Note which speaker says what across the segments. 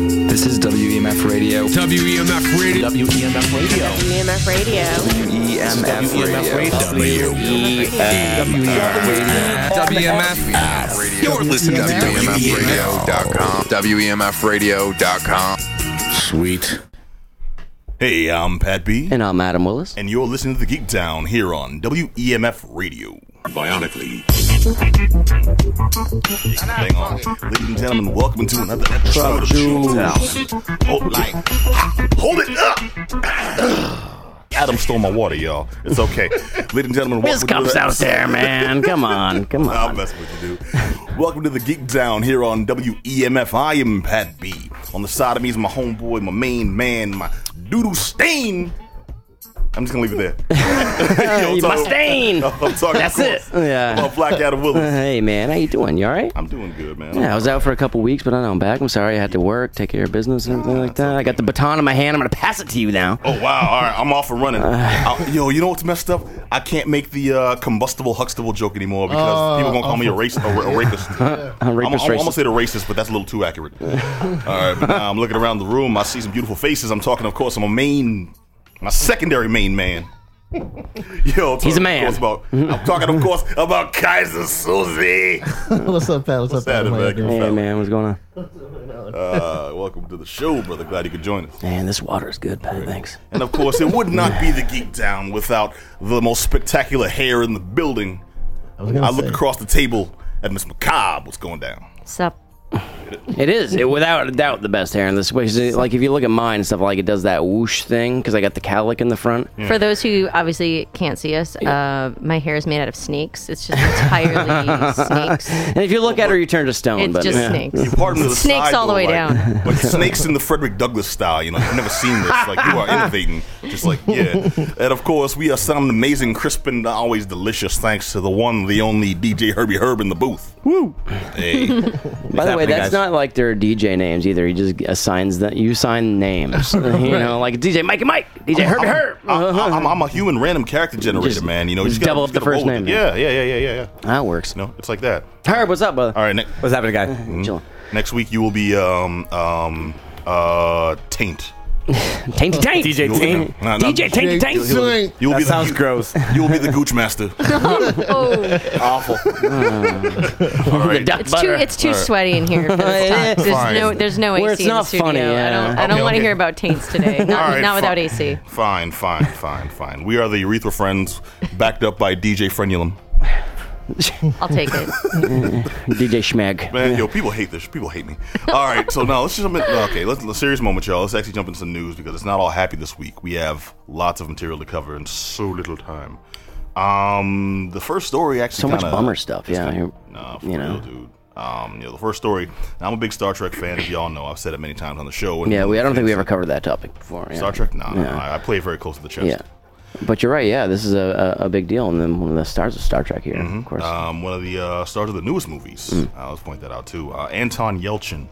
Speaker 1: This is WEMF Radio.
Speaker 2: WEMF Radio.
Speaker 1: WEMF Radio.
Speaker 3: EMF Radio.
Speaker 1: WEMF Radio.
Speaker 2: WMF.
Speaker 4: You're listening to WEMFradio.com. WEMFradio.com.
Speaker 5: Sweet.
Speaker 6: Hey, I'm Pat B,
Speaker 5: And I'm Adam Willis.
Speaker 6: and you're listening to the Geek Town here on WEMF Radio. Bionically. Hang on. Ladies and gentlemen, welcome to another episode of Geek Town. Hold, like, hold it up! Adam stole my water, y'all. It's okay. Ladies and gentlemen,
Speaker 5: This
Speaker 6: welcome to
Speaker 5: comes
Speaker 6: the-
Speaker 5: out there, man. Come on, come
Speaker 6: I'll
Speaker 5: on.
Speaker 6: mess with you, dude. Welcome to the Geek Down here on WEMF. I am Pat B. On the side of me is my homeboy, my main man, my doodle stain. I'm just gonna leave it there. Yo,
Speaker 5: My
Speaker 6: so-
Speaker 5: stain.
Speaker 6: I'm talking.
Speaker 5: That's
Speaker 6: cool.
Speaker 5: it. Yeah.
Speaker 6: About Black Adam Willis.
Speaker 5: Hey, man, how you doing? You all right?
Speaker 6: I'm doing good, man.
Speaker 5: Yeah, I was out for a couple weeks, but I know I'm back. I'm sorry I had to work, take care of business and everything like that. I got the baton in my hand. I'm going to pass it to you now.
Speaker 6: Oh wow! All right, I'm off and running.
Speaker 5: Uh.
Speaker 6: I- yo, you know what's messed up? I can't make the uh, combustible Huxtable joke anymore because people gonna call me a racist, a, ra- a rapist.
Speaker 5: A rapist,
Speaker 6: I'm, I'm
Speaker 5: racist.
Speaker 6: almost said a racist, but that's a little too accurate. All right, but now I'm looking around the room. I see some beautiful faces. I'm talking, of course, I'm a main, my secondary main man. Yo, I'm
Speaker 5: He's a
Speaker 6: talking,
Speaker 5: man.
Speaker 6: Of course, about, I'm talking, of course, about Kaiser Susie.
Speaker 7: What's up, Pat? What's, up,
Speaker 6: that,
Speaker 5: Oh
Speaker 7: Pat? How you
Speaker 6: Rebecca?
Speaker 7: doing?
Speaker 5: Hey, man, what's going on?
Speaker 6: Uh, welcome to the show, brother. Glad you could join us.
Speaker 5: Man, this water is good, Pat. Thanks.
Speaker 6: And of course, it would not be the Geek Down without the most spectacular hair in the building.
Speaker 7: I was gonna
Speaker 6: I
Speaker 7: say,
Speaker 6: looked across the table at Miss McCobb. What's going down?
Speaker 3: Sup?
Speaker 5: It is, it, without a doubt, the best hair in this space. Like, if you look at mine and stuff, like it does that whoosh thing because I got the cowlick in the front.
Speaker 3: For those who obviously can't see us, uh, my hair is made out of snakes. It's just entirely snakes.
Speaker 5: And if you look at her, you turn to stone.
Speaker 3: It's
Speaker 5: but,
Speaker 3: just
Speaker 5: yeah.
Speaker 3: snakes.
Speaker 6: You pardon me the
Speaker 3: Snakes
Speaker 6: side,
Speaker 3: all the
Speaker 6: though,
Speaker 3: way
Speaker 6: like-
Speaker 3: down.
Speaker 6: Like snakes in the Frederick Douglass style. You know, I've never seen this. Like you are innovating, just like yeah. And of course, we are some amazing, crisp and always delicious. Thanks to the one, the only DJ Herbie Herb in the booth. Woo! Hey,
Speaker 5: By the way,
Speaker 6: happening,
Speaker 5: that's
Speaker 6: guys?
Speaker 5: not like their DJ names either. He just assigns that you sign names. you know, like DJ Mike and Mike, DJ Herbie Herb.
Speaker 6: I, I, Oh, I'm, I'm a human random character generator,
Speaker 5: Just-
Speaker 6: man. You know, you
Speaker 5: just
Speaker 6: gotta-
Speaker 5: double up
Speaker 6: just
Speaker 5: the
Speaker 6: gotta
Speaker 5: first
Speaker 6: roll with
Speaker 5: name,
Speaker 6: it. Yeah,
Speaker 5: man.
Speaker 6: yeah, yeah, yeah, yeah, yeah.
Speaker 5: that works.
Speaker 6: No, it's like that.
Speaker 5: Herb, what's up, brother? Uh,
Speaker 6: All right, ne-
Speaker 2: What's happening, Hmm? guy?
Speaker 5: Chill.
Speaker 6: next week you will be um um uh taint.
Speaker 5: Tainty Taint.
Speaker 2: DJ
Speaker 6: You'll-
Speaker 2: Taint.
Speaker 6: No, no.
Speaker 5: DJ Tainty
Speaker 7: Taint.
Speaker 5: Taint.
Speaker 7: Taint. Doing-
Speaker 6: You'll
Speaker 2: That
Speaker 6: be
Speaker 2: sounds
Speaker 6: the,
Speaker 2: gross.
Speaker 6: You'll be the Gooch Master. Awful. All
Speaker 5: The
Speaker 6: right.
Speaker 5: duck
Speaker 3: Oh, It's too
Speaker 5: butter.
Speaker 3: it's too sweaty in here for
Speaker 5: It is.
Speaker 3: this talk. There's no
Speaker 6: Fine.
Speaker 3: there's no
Speaker 5: Where
Speaker 3: AC
Speaker 5: it's
Speaker 3: in the
Speaker 5: not
Speaker 3: studio.
Speaker 5: funny,
Speaker 3: I
Speaker 5: yeah.
Speaker 3: don't I don't
Speaker 6: Okay,
Speaker 3: want
Speaker 6: okay.
Speaker 3: to hear about taints today. Not,
Speaker 6: All right,
Speaker 3: not without
Speaker 6: fine.
Speaker 3: AC.
Speaker 6: Fine, fine, fine, fine. We are the urethra friends, backed up by DJ Frenulum.
Speaker 3: I'll take it.
Speaker 5: DJ Schmeg.
Speaker 6: Man, yo, people hate this. People hate me. All right, so now let's just jump in. Okay, let's a serious moment, y'all. Let's actually jump into some news because it's not all happy this week. We have lots of material to cover in so little time. Um, the first story actually
Speaker 5: So much
Speaker 6: kinda-
Speaker 5: bummer stuff.
Speaker 6: it's
Speaker 5: Yeah,
Speaker 6: kinda-
Speaker 5: you're-
Speaker 6: nah, for
Speaker 5: you
Speaker 6: real,
Speaker 5: know.
Speaker 6: dude. Um, you know, the first story. Now, I'm a big Star Trek fan, as y'all know. I've said it many times on the show. and-
Speaker 5: Yeah, we, I don't think we ever covered that topic before. Yeah.
Speaker 6: Star Trek. Nah, nah,
Speaker 5: Yeah.
Speaker 6: nah, I play very close to the chest.
Speaker 5: Yeah. But you're right. Yeah, this is a, a, a big deal, and then one of the stars of Star Trek here, of course.
Speaker 6: Um, one of the uh, stars of the newest movies. I always point that out too. Uh, Anton Yelchin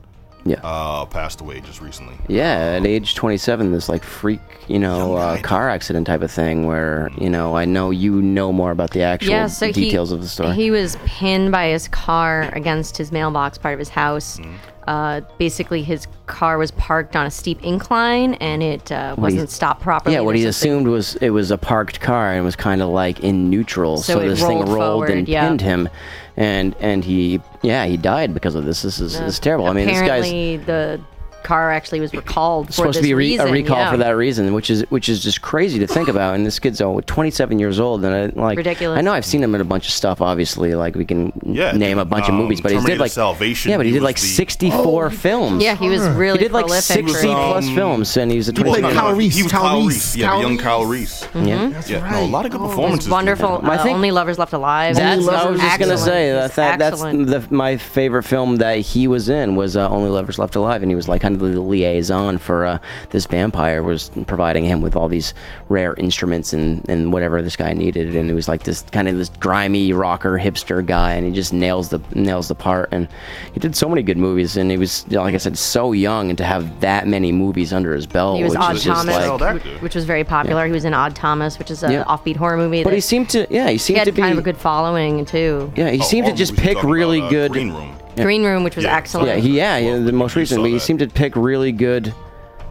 Speaker 5: yeah.
Speaker 6: uh, passed away just recently.
Speaker 5: Yeah, at age 27, this like freak, you know, uh, car accident type of thing where, you know, I know you know more about the actual
Speaker 3: Yeah, so
Speaker 5: details
Speaker 3: he,
Speaker 5: of the story.
Speaker 3: He was pinned by his car against his mailbox, part of his house.
Speaker 5: Mm-hmm.
Speaker 3: Uh, basically, his car was parked on a steep incline, and it uh,
Speaker 5: he-
Speaker 3: wasn't stopped properly.
Speaker 5: yeah, what
Speaker 3: or
Speaker 5: he
Speaker 3: something.
Speaker 5: assumed was it was a parked car and was kind of like in neutral, so,
Speaker 3: So it
Speaker 5: this
Speaker 3: rolled
Speaker 5: thing rolled and
Speaker 3: forward, yeah.
Speaker 5: pinned him, and and he yeah he died because of this. This is this is terrible. I mean, this guy's
Speaker 3: Apparently, the car actually was recalled. for
Speaker 5: supposed to
Speaker 3: this
Speaker 5: be re-
Speaker 3: reason,
Speaker 5: a recall
Speaker 3: yeah.
Speaker 5: for that reason, which is which is just crazy to think about. And this kid's only 27 years old, and I, like
Speaker 3: Ridiculous.
Speaker 5: I know I've seen him in a bunch of stuff. Obviously, like we can
Speaker 6: Yeah,
Speaker 5: name a bunch
Speaker 6: um,
Speaker 5: of movies, but he did
Speaker 6: Terminator
Speaker 5: like
Speaker 6: Salvation,
Speaker 5: Yeah, but he,
Speaker 6: he
Speaker 5: did
Speaker 6: was
Speaker 5: like
Speaker 6: the-
Speaker 5: 64 films.
Speaker 3: Oh. Yeah, he was really
Speaker 5: he did like
Speaker 3: prolific.
Speaker 5: 60
Speaker 3: for that.
Speaker 5: plus
Speaker 6: um,
Speaker 5: films, and he was a
Speaker 6: He was
Speaker 5: 27.
Speaker 7: played Kyle Reese,
Speaker 6: He was
Speaker 7: Kyle
Speaker 6: Kyle
Speaker 7: Reese,
Speaker 6: Reese. Yeah,
Speaker 7: Kyle
Speaker 6: the young Kyle
Speaker 7: Reese.
Speaker 6: Reese.
Speaker 5: Yeah.
Speaker 7: That's
Speaker 6: Yeah,
Speaker 7: right. Oh.
Speaker 6: no, a lot of good
Speaker 3: It
Speaker 6: performances.
Speaker 3: was wonderful.
Speaker 5: I
Speaker 3: uh,
Speaker 5: think-
Speaker 3: only lovers left alive.
Speaker 5: That's what I was just gonna
Speaker 3: Excellent.
Speaker 5: say. That, that, that's
Speaker 3: Excellent.
Speaker 5: the, my favorite film that he was in was uh, Only Lovers Left Alive, and he was like kind of the liaison for uh, this vampire was providing him with all these rare instruments and, and whatever this guy needed, and he was like this kind of this grimy rocker hipster guy, and he just nails the nails the part, and he did so many good movies, and he was you know, like I said so young, and to have that many movies under his belt,
Speaker 3: He was
Speaker 5: which
Speaker 3: Odd
Speaker 5: is just
Speaker 3: Thomas,
Speaker 6: Well,
Speaker 5: like.
Speaker 6: that
Speaker 3: which,
Speaker 6: dude.
Speaker 3: which was very popular. He was in Odd Thomas, which is an
Speaker 5: Yeah.
Speaker 3: offbeat horror movie.
Speaker 5: But
Speaker 3: that
Speaker 5: he seemed to, yeah, he seemed
Speaker 3: he had
Speaker 5: to be
Speaker 3: kind of a good following too.
Speaker 5: Yeah, he
Speaker 6: Oh,
Speaker 5: seemed to
Speaker 6: Orm
Speaker 5: just
Speaker 6: was
Speaker 5: pick
Speaker 6: talking
Speaker 5: really
Speaker 6: about, uh,
Speaker 5: good.
Speaker 6: Green Room.
Speaker 3: Green Room, which was
Speaker 6: Yeah.
Speaker 3: excellent.
Speaker 5: Yeah, he, yeah, yeah, the most
Speaker 6: you
Speaker 5: recent.
Speaker 6: saw
Speaker 5: He
Speaker 6: that.
Speaker 5: seemed to pick really good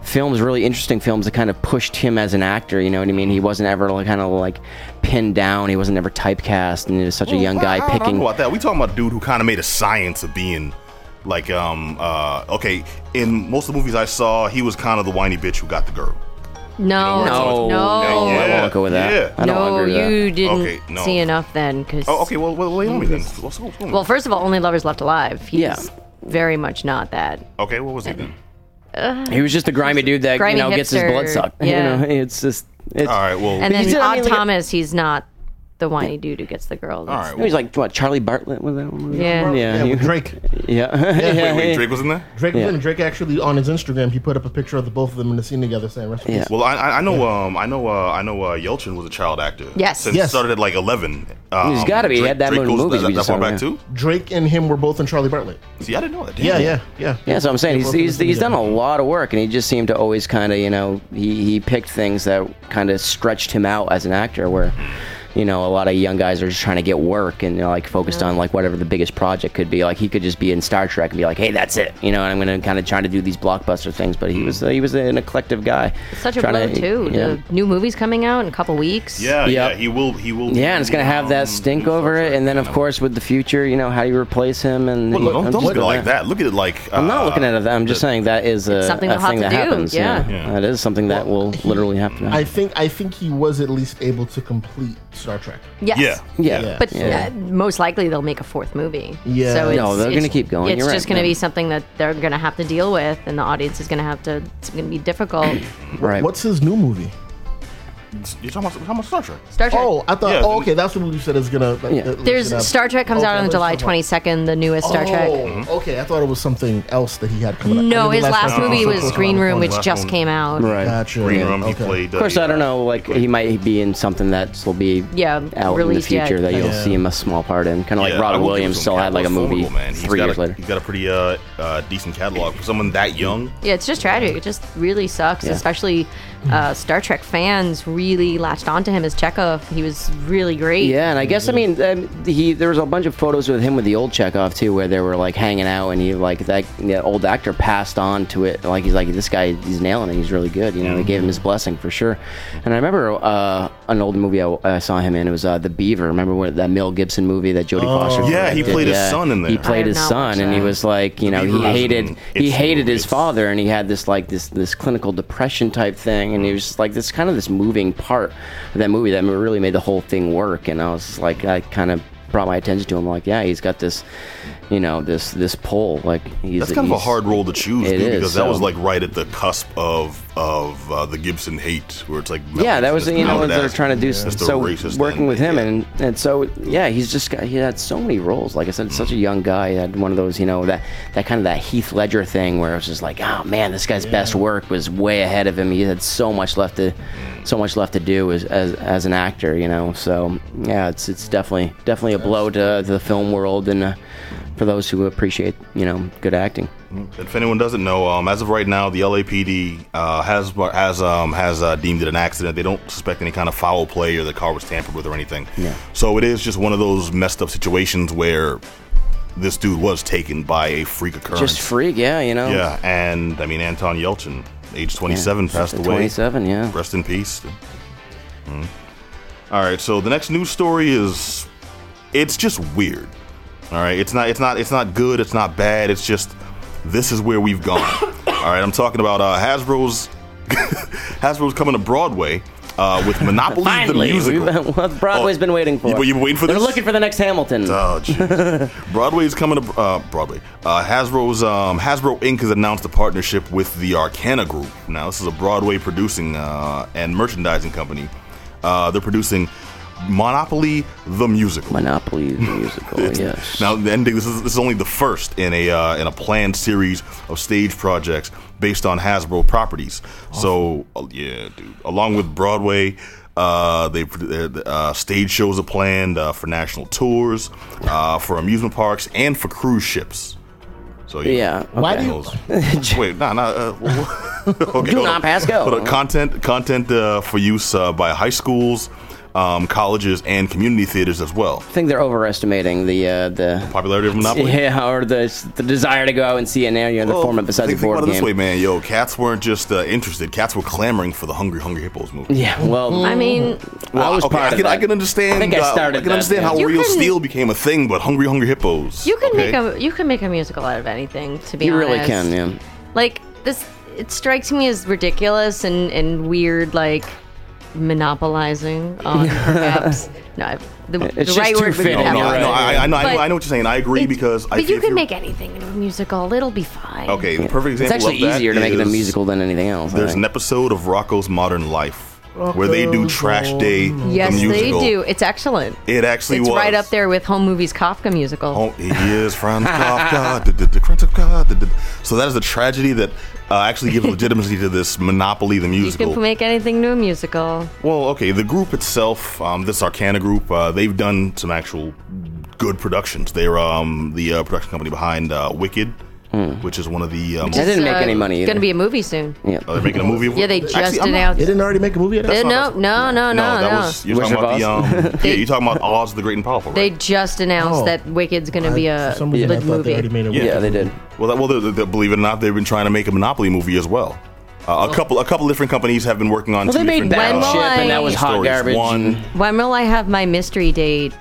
Speaker 5: films, really interesting films that kind of pushed him as an actor. You know what I mean? He wasn't ever like, kind of like pinned down. He wasn't ever typecast, and he was such a
Speaker 3: Oh,
Speaker 5: young guy
Speaker 6: I don't
Speaker 5: picking.
Speaker 6: know about that. We talking about a dude who kind of made a science of being like um uh okay. In most of the movies I saw, he was kind of the whiny bitch who got the girl.
Speaker 5: No,
Speaker 3: No, no, no,
Speaker 5: I
Speaker 6: Yeah,
Speaker 5: won't go with that.
Speaker 6: yeah.
Speaker 5: I don't agree with
Speaker 3: you didn't
Speaker 6: Okay, no.
Speaker 3: see enough then. Cause,
Speaker 6: Oh, okay. Well, well wait on me then. What's, what's going on?
Speaker 3: Well, first of all, Only Lovers Left Alive. He's
Speaker 5: Yeah.
Speaker 3: very much not that.
Speaker 6: okay, what was he then?
Speaker 5: that. He was just a grimy dude that
Speaker 3: Grimy
Speaker 5: you know gets his
Speaker 3: hipster.
Speaker 5: blood sucked.
Speaker 3: Yeah.
Speaker 5: You know, it's just it's.
Speaker 6: All right. Well,
Speaker 3: And then
Speaker 5: said, I
Speaker 3: Todd
Speaker 5: mean, like-
Speaker 3: Thomas, he's not the whiny dude who gets the girl.
Speaker 6: all right.
Speaker 5: He was like what Charlie Bartlett was that one?
Speaker 3: Yeah.
Speaker 5: yeah,
Speaker 7: Yeah,
Speaker 5: he-
Speaker 7: with Drake.
Speaker 5: yeah.
Speaker 6: wait, wait, Drake was in there.
Speaker 7: Drake was
Speaker 5: Yeah.
Speaker 7: in it. Drake actually on his Instagram he put up a picture of the both of them in the scene together saying "Rest in
Speaker 5: Yeah.
Speaker 7: peace."
Speaker 6: Well, I- I, I know, um, I know, uh, I know. Uh, Yelchin was a child actor.
Speaker 3: Yes.
Speaker 6: since
Speaker 7: Yes.
Speaker 6: started at like eleven. Um,
Speaker 5: He's gotta be. He had that many
Speaker 6: goes
Speaker 5: movies
Speaker 6: That,
Speaker 5: we
Speaker 6: that
Speaker 5: just
Speaker 6: far
Speaker 5: saw,
Speaker 6: back
Speaker 5: yeah.
Speaker 6: too.
Speaker 7: Drake and him were both in Charlie Bartlett.
Speaker 6: See, I didn't know that. Damn.
Speaker 7: Yeah, yeah, yeah.
Speaker 5: Yeah, that's what I'm saying. He's, he's, he's done a lot of work, and he just seemed to always kind of, you know, he, he picked things that kind of stretched him out as an actor. Where, you know, a lot of young guys are just trying to get work and they're like focused on like whatever the biggest project could be. Like he could just be in Star Trek and be like, hey, that's it, you know. And I'm gonna kind of trying to do these blockbuster things, but
Speaker 6: Hmm.
Speaker 5: he was he was an eclectic guy.
Speaker 3: Such a blow,
Speaker 5: Trying to-
Speaker 3: too.
Speaker 5: Yeah.
Speaker 3: The new movie's coming out in a couple weeks.
Speaker 6: Yeah,
Speaker 5: Yeah.
Speaker 6: yeah. He will. He will.
Speaker 5: yeah, and it's gonna have
Speaker 6: um,
Speaker 5: that stink
Speaker 6: do
Speaker 5: over
Speaker 6: stuff
Speaker 5: it,
Speaker 6: like
Speaker 5: and then of
Speaker 6: that.
Speaker 5: course with the future, you know, how do you replace him? And
Speaker 6: Well,
Speaker 5: you
Speaker 6: look,
Speaker 5: know,
Speaker 6: don't,
Speaker 5: I'm
Speaker 6: don't
Speaker 5: just
Speaker 6: look at it
Speaker 5: going
Speaker 6: like
Speaker 5: there.
Speaker 6: that. Look at it like.
Speaker 5: I'm not
Speaker 6: uh,
Speaker 5: looking at that. I'm just saying that is a,
Speaker 3: something
Speaker 5: a
Speaker 3: we'll have
Speaker 5: thing
Speaker 3: to
Speaker 5: that
Speaker 3: do,
Speaker 5: happens. Yeah.
Speaker 3: yeah.
Speaker 6: Yeah.
Speaker 5: that is something that will literally happen.
Speaker 7: I think I think he was at least able to complete Star Trek.
Speaker 3: Yes.
Speaker 6: Yeah.
Speaker 5: yeah,
Speaker 7: Yeah.
Speaker 3: But
Speaker 5: Yeah.
Speaker 3: uh, most likely they'll make a fourth movie.
Speaker 7: Yeah.
Speaker 3: So it's,
Speaker 5: No, they're
Speaker 3: it's-
Speaker 5: gonna keep going.
Speaker 3: It's
Speaker 5: You're
Speaker 3: just
Speaker 5: right,
Speaker 3: going to
Speaker 5: yeah.
Speaker 3: be something that they're going to have to deal with, and the audience is going to have to. It's going to be difficult.
Speaker 5: right.
Speaker 7: What's his new movie?
Speaker 6: You're talking about, you're talking about Star Trek.
Speaker 3: Star Trek.
Speaker 7: Oh, I thought.
Speaker 6: Yeah,
Speaker 7: oh,
Speaker 6: the-
Speaker 7: okay, that's what you said is gonna. uh, that-
Speaker 5: Yeah.
Speaker 7: that was
Speaker 3: There's
Speaker 7: gonna-
Speaker 3: Star Trek comes
Speaker 7: Okay,
Speaker 3: out
Speaker 7: I
Speaker 3: on
Speaker 7: thought
Speaker 3: July
Speaker 7: you said-
Speaker 3: 22nd, the newest Star
Speaker 7: Oh,
Speaker 3: Trek.
Speaker 7: okay. I thought it was something else that he had coming. up.
Speaker 3: No,
Speaker 7: I didn't
Speaker 3: his
Speaker 7: realize
Speaker 3: last
Speaker 7: that
Speaker 3: movie
Speaker 7: so
Speaker 3: was
Speaker 7: close
Speaker 3: Green
Speaker 7: around
Speaker 3: Room,
Speaker 7: the
Speaker 3: which
Speaker 6: last
Speaker 3: just
Speaker 6: one.
Speaker 3: came out.
Speaker 5: right.
Speaker 7: Gotcha.
Speaker 6: Green Room. He
Speaker 7: Okay.
Speaker 6: played. uh,
Speaker 5: Of course, I don't know. Like he might be in something that will be
Speaker 3: Yeah,
Speaker 5: out in the
Speaker 3: released yet.
Speaker 5: future that you'll
Speaker 7: Yeah.
Speaker 5: see him a small part in. Kind of like Robin Williams still had like a movie three years later.
Speaker 6: He's got a pretty uh, uh, decent catalog for someone that young.
Speaker 3: Yeah, it's just tragic. It just really sucks,
Speaker 5: Yeah.
Speaker 3: especially
Speaker 6: Mm.
Speaker 3: uh, Star Trek fans really latched onto him as Chekhov. He was really great.
Speaker 5: Yeah, and I guess I mean um, he there was a bunch of photos with him with the old Chekhov too, where they were like hanging out, and he like that the old actor passed on to it. Like he's like this guy, he's nailing it. He's really good. You know, they gave him his blessing for sure. And I remember uh, an old movie I, I saw him in. It was uh, The Beaver. Remember what that Mel Gibson movie that Jodie Foster?
Speaker 6: Oh, Yeah, he
Speaker 5: directed?
Speaker 6: played his son in
Speaker 5: He
Speaker 6: there.
Speaker 5: played
Speaker 3: I have
Speaker 5: his
Speaker 3: not
Speaker 5: son,
Speaker 3: watched
Speaker 5: and he
Speaker 3: that.
Speaker 5: was like, you know,
Speaker 6: Beaver
Speaker 5: he
Speaker 6: has
Speaker 5: hated
Speaker 6: an
Speaker 5: he
Speaker 6: itch
Speaker 5: hated
Speaker 6: movie.
Speaker 5: his
Speaker 6: It's-
Speaker 5: father father, and he had this like this this clinical depression type thing and he was just, like this kind of this moving part of that movie that really made the whole thing work and i was just, like i kind of brought my attention to him like yeah he's got this you know this this pull like he's
Speaker 6: That's kind of a
Speaker 5: he's-
Speaker 6: hard role to choose
Speaker 5: It
Speaker 6: dude,
Speaker 5: is,
Speaker 6: because that was
Speaker 5: so-
Speaker 6: like right at the cusp of of uh, the Gibson hate, where it's like
Speaker 5: yeah, that was you know what they're trying to do.
Speaker 6: That's the
Speaker 5: so
Speaker 6: racist
Speaker 5: working
Speaker 6: thing.
Speaker 5: with him
Speaker 6: Yeah.
Speaker 5: and and so yeah, he's just got, he had so many roles. Like I said, such a young guy. He had one of those you know that that kind of that Heath Ledger thing where it was just like, oh man, this guy's best work was way ahead of him. He had so much left to so much left to do as as, as an actor, you know. So yeah, it's it's definitely definitely a blow to, to the film world and. Uh, for those who appreciate, you know, good acting.
Speaker 6: If anyone doesn't know, um, as of right now, the LAPD uh, has has um, has uh, deemed it an accident. They don't suspect any kind of foul play or the car was tampered with or anything.
Speaker 5: Yeah.
Speaker 6: So it is just one of those messed up situations where this dude was taken by a freak occurrence.
Speaker 5: Just freak, yeah, you know.
Speaker 6: yeah, and I mean Anton Yelchin, age 27, passed away.
Speaker 5: 27, yeah.
Speaker 6: Rest in peace. Mhm. All right, so the next news story is it's just weird. All right, it's not it's not it's not good, it's not bad, it's just this is where we've gone. All right, I'm talking about uh, Hasbro's Hasbro's coming to Broadway uh, with Monopoly the musical.
Speaker 5: we've- what Broadway's
Speaker 6: Oh,
Speaker 5: been waiting for.
Speaker 6: you- you've been waiting for
Speaker 5: They're
Speaker 6: this?
Speaker 5: looking for the next Hamilton.
Speaker 6: Oh, jeez. Broadway's coming to uh, Broadway. Uh, Hasbro's um, Hasbro Inc. has announced a partnership with the Arcana Group. Now, this is a Broadway producing uh, and merchandising company. Uh, they're producing Monopoly the Musical.
Speaker 5: Monopoly the musical. yes.
Speaker 6: Now, the ending. This is this is only the first in a uh, in a planned series of stage projects based on Hasbro properties. So, uh, yeah, dude. Along with Broadway, uh, they uh, uh, stage shows are planned uh, for national tours, uh, for amusement parks, and for cruise ships. So
Speaker 5: yeah.
Speaker 7: Why
Speaker 5: okay.
Speaker 7: do
Speaker 6: those- Wait, nah, nah. Uh, okay,
Speaker 5: Do not pass go.
Speaker 6: But content, content uh, for use uh, by high schools, uh, um, colleges and community theaters as well.
Speaker 5: I think they're overestimating the uh, the
Speaker 6: Popularity of Monopoly.
Speaker 5: yeah, or the the desire to go out and see an area in the
Speaker 6: Well,
Speaker 5: format besides
Speaker 6: think,
Speaker 5: a board
Speaker 6: think about it this
Speaker 5: game.
Speaker 6: way, man. Yo, cats weren't just uh, interested. Cats were clamoring for the Hungry Hungry Hippos movie. Ah,
Speaker 5: Yeah, well,
Speaker 7: Mm-hmm.
Speaker 3: I mean,
Speaker 5: I was
Speaker 6: okay,
Speaker 5: part
Speaker 6: I
Speaker 5: of
Speaker 6: can,
Speaker 5: that.
Speaker 6: I can understand.
Speaker 5: I think I
Speaker 6: uh,
Speaker 5: started
Speaker 6: I can understand
Speaker 5: that,
Speaker 6: how
Speaker 3: yeah. You
Speaker 6: Real
Speaker 3: couldn't-
Speaker 6: Steel became a thing, but Hungry Hungry Hippos.
Speaker 3: you can
Speaker 6: okay?
Speaker 5: Oh,
Speaker 3: make a you can make a musical out of anything. To be
Speaker 5: You
Speaker 3: honest,
Speaker 5: really can, yeah.
Speaker 3: Like this, it strikes me as ridiculous and and weird. Like monopolizing on apps. No, I- the, the
Speaker 5: just
Speaker 3: right
Speaker 5: too
Speaker 3: word would be
Speaker 5: fitting,
Speaker 6: No,
Speaker 5: Yeah,
Speaker 6: no, I
Speaker 5: right,
Speaker 6: know, I, I, know, I, know,
Speaker 3: But-
Speaker 6: I know what you're saying. I agree
Speaker 3: It-
Speaker 6: because I
Speaker 3: but
Speaker 6: think
Speaker 3: you
Speaker 6: if
Speaker 3: can
Speaker 6: you're-
Speaker 3: make anything into a musical. It'll be fine.
Speaker 6: Okay, the perfect
Speaker 5: it's
Speaker 6: example.
Speaker 5: actually
Speaker 6: of that
Speaker 5: easier to make it a
Speaker 6: is
Speaker 5: musical than anything else. I
Speaker 6: There's
Speaker 5: think.
Speaker 6: an episode of Rocco's Modern Life where they do
Speaker 7: Rocco's
Speaker 6: Trash
Speaker 7: Modern
Speaker 6: Day.
Speaker 7: Life.
Speaker 6: the
Speaker 3: Yes, they
Speaker 6: musical.
Speaker 3: do. It's excellent.
Speaker 6: It actually
Speaker 3: it's
Speaker 6: was
Speaker 3: right up there with home movies Kafka musical.
Speaker 6: Oh, he is Franz Kafka. duh, duh, duh, Franz Kafka, duh, duh, duh. So that is the tragedy that uh, actually gives legitimacy to this Monopoly the
Speaker 3: you
Speaker 6: musical.
Speaker 3: can make anything new a musical.
Speaker 6: Well, okay, the group itself, um, this Arcana group, uh, they've done some actual good productions. They're um, the uh, production company behind uh, Wicked,
Speaker 3: Hmm.
Speaker 6: which is one of the. Um,
Speaker 5: That didn't make
Speaker 3: Uh,
Speaker 5: any money.
Speaker 3: It's
Speaker 5: Either.
Speaker 3: gonna be a movie soon.
Speaker 5: yeah.
Speaker 6: oh, they're making a movie. of-
Speaker 3: Yeah, they
Speaker 6: Actually,
Speaker 3: just
Speaker 6: I'm not-
Speaker 3: announced.
Speaker 7: They didn't already make a movie out of
Speaker 3: Uh,
Speaker 7: it?
Speaker 3: no, no, no, no, no.
Speaker 6: that was you're
Speaker 5: Wizard
Speaker 6: talking about the
Speaker 5: of
Speaker 6: um, yeah, you're talking about Oz the Great and Powerful.
Speaker 3: They
Speaker 6: Right?
Speaker 3: just announced
Speaker 7: Oh.
Speaker 3: that Wicked's gonna be
Speaker 7: I-
Speaker 3: a
Speaker 7: for some reason, I
Speaker 3: lit
Speaker 7: thought they
Speaker 3: movie.
Speaker 7: already made a
Speaker 6: Yeah.
Speaker 5: yeah, they did.
Speaker 6: well, that, well, they they- believe it or not, they've been trying to make a Monopoly movie as well. Uh, a couple, a couple different companies have been working on.
Speaker 5: Well,
Speaker 6: two
Speaker 5: they made
Speaker 6: different, uh,
Speaker 5: Battleship, and that
Speaker 3: When
Speaker 5: was
Speaker 3: will
Speaker 5: hot
Speaker 6: stories.
Speaker 5: garbage.
Speaker 6: One
Speaker 3: when will I have my mystery date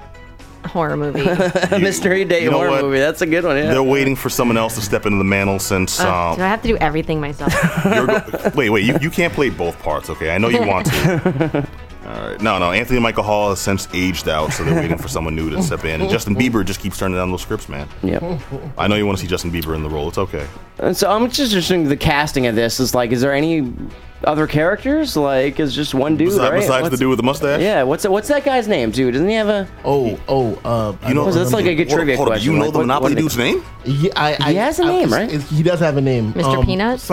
Speaker 3: horror movie? Did
Speaker 5: a mystery date
Speaker 6: you know
Speaker 5: horror
Speaker 6: what?
Speaker 5: movie. That's a good one. Yeah.
Speaker 6: They're waiting for someone else to step into the mantle
Speaker 5: Oh,
Speaker 6: since.
Speaker 3: I
Speaker 6: Uh,
Speaker 3: have to do everything myself?
Speaker 6: you're go- wait, wait, you, you can't play both parts, okay? I know you want to. All right. No, no. Anthony Michael Hall has since aged out, so they're waiting for someone new to step in. And Justin Bieber just keeps turning down those scripts, man.
Speaker 5: Yep.
Speaker 6: I know you want to see Justin Bieber in the role. It's okay.
Speaker 5: And so I'm just interested in the casting of this. Is like, is there any other characters? Like, is just one dude?
Speaker 6: Besi-
Speaker 5: right?
Speaker 6: Besides the
Speaker 5: What's-
Speaker 6: dude with the mustache.
Speaker 5: Yeah. What's what's that guy's name, dude? Doesn't he have a?
Speaker 7: Oh, oh, uh, I
Speaker 6: You know,
Speaker 7: don't
Speaker 5: that's like
Speaker 7: remember.
Speaker 5: a good
Speaker 6: Hold-
Speaker 5: trivia
Speaker 6: hold up,
Speaker 5: question.
Speaker 6: You know
Speaker 5: Like,
Speaker 6: the
Speaker 5: what-
Speaker 6: Monopoly
Speaker 5: what-
Speaker 6: dude's name?
Speaker 7: Yeah, I, I,
Speaker 5: He has a
Speaker 7: I-
Speaker 5: name,
Speaker 7: it's-
Speaker 5: right?
Speaker 7: it's- he does have a name. Um,
Speaker 3: Mr. Peanut? No, I'm just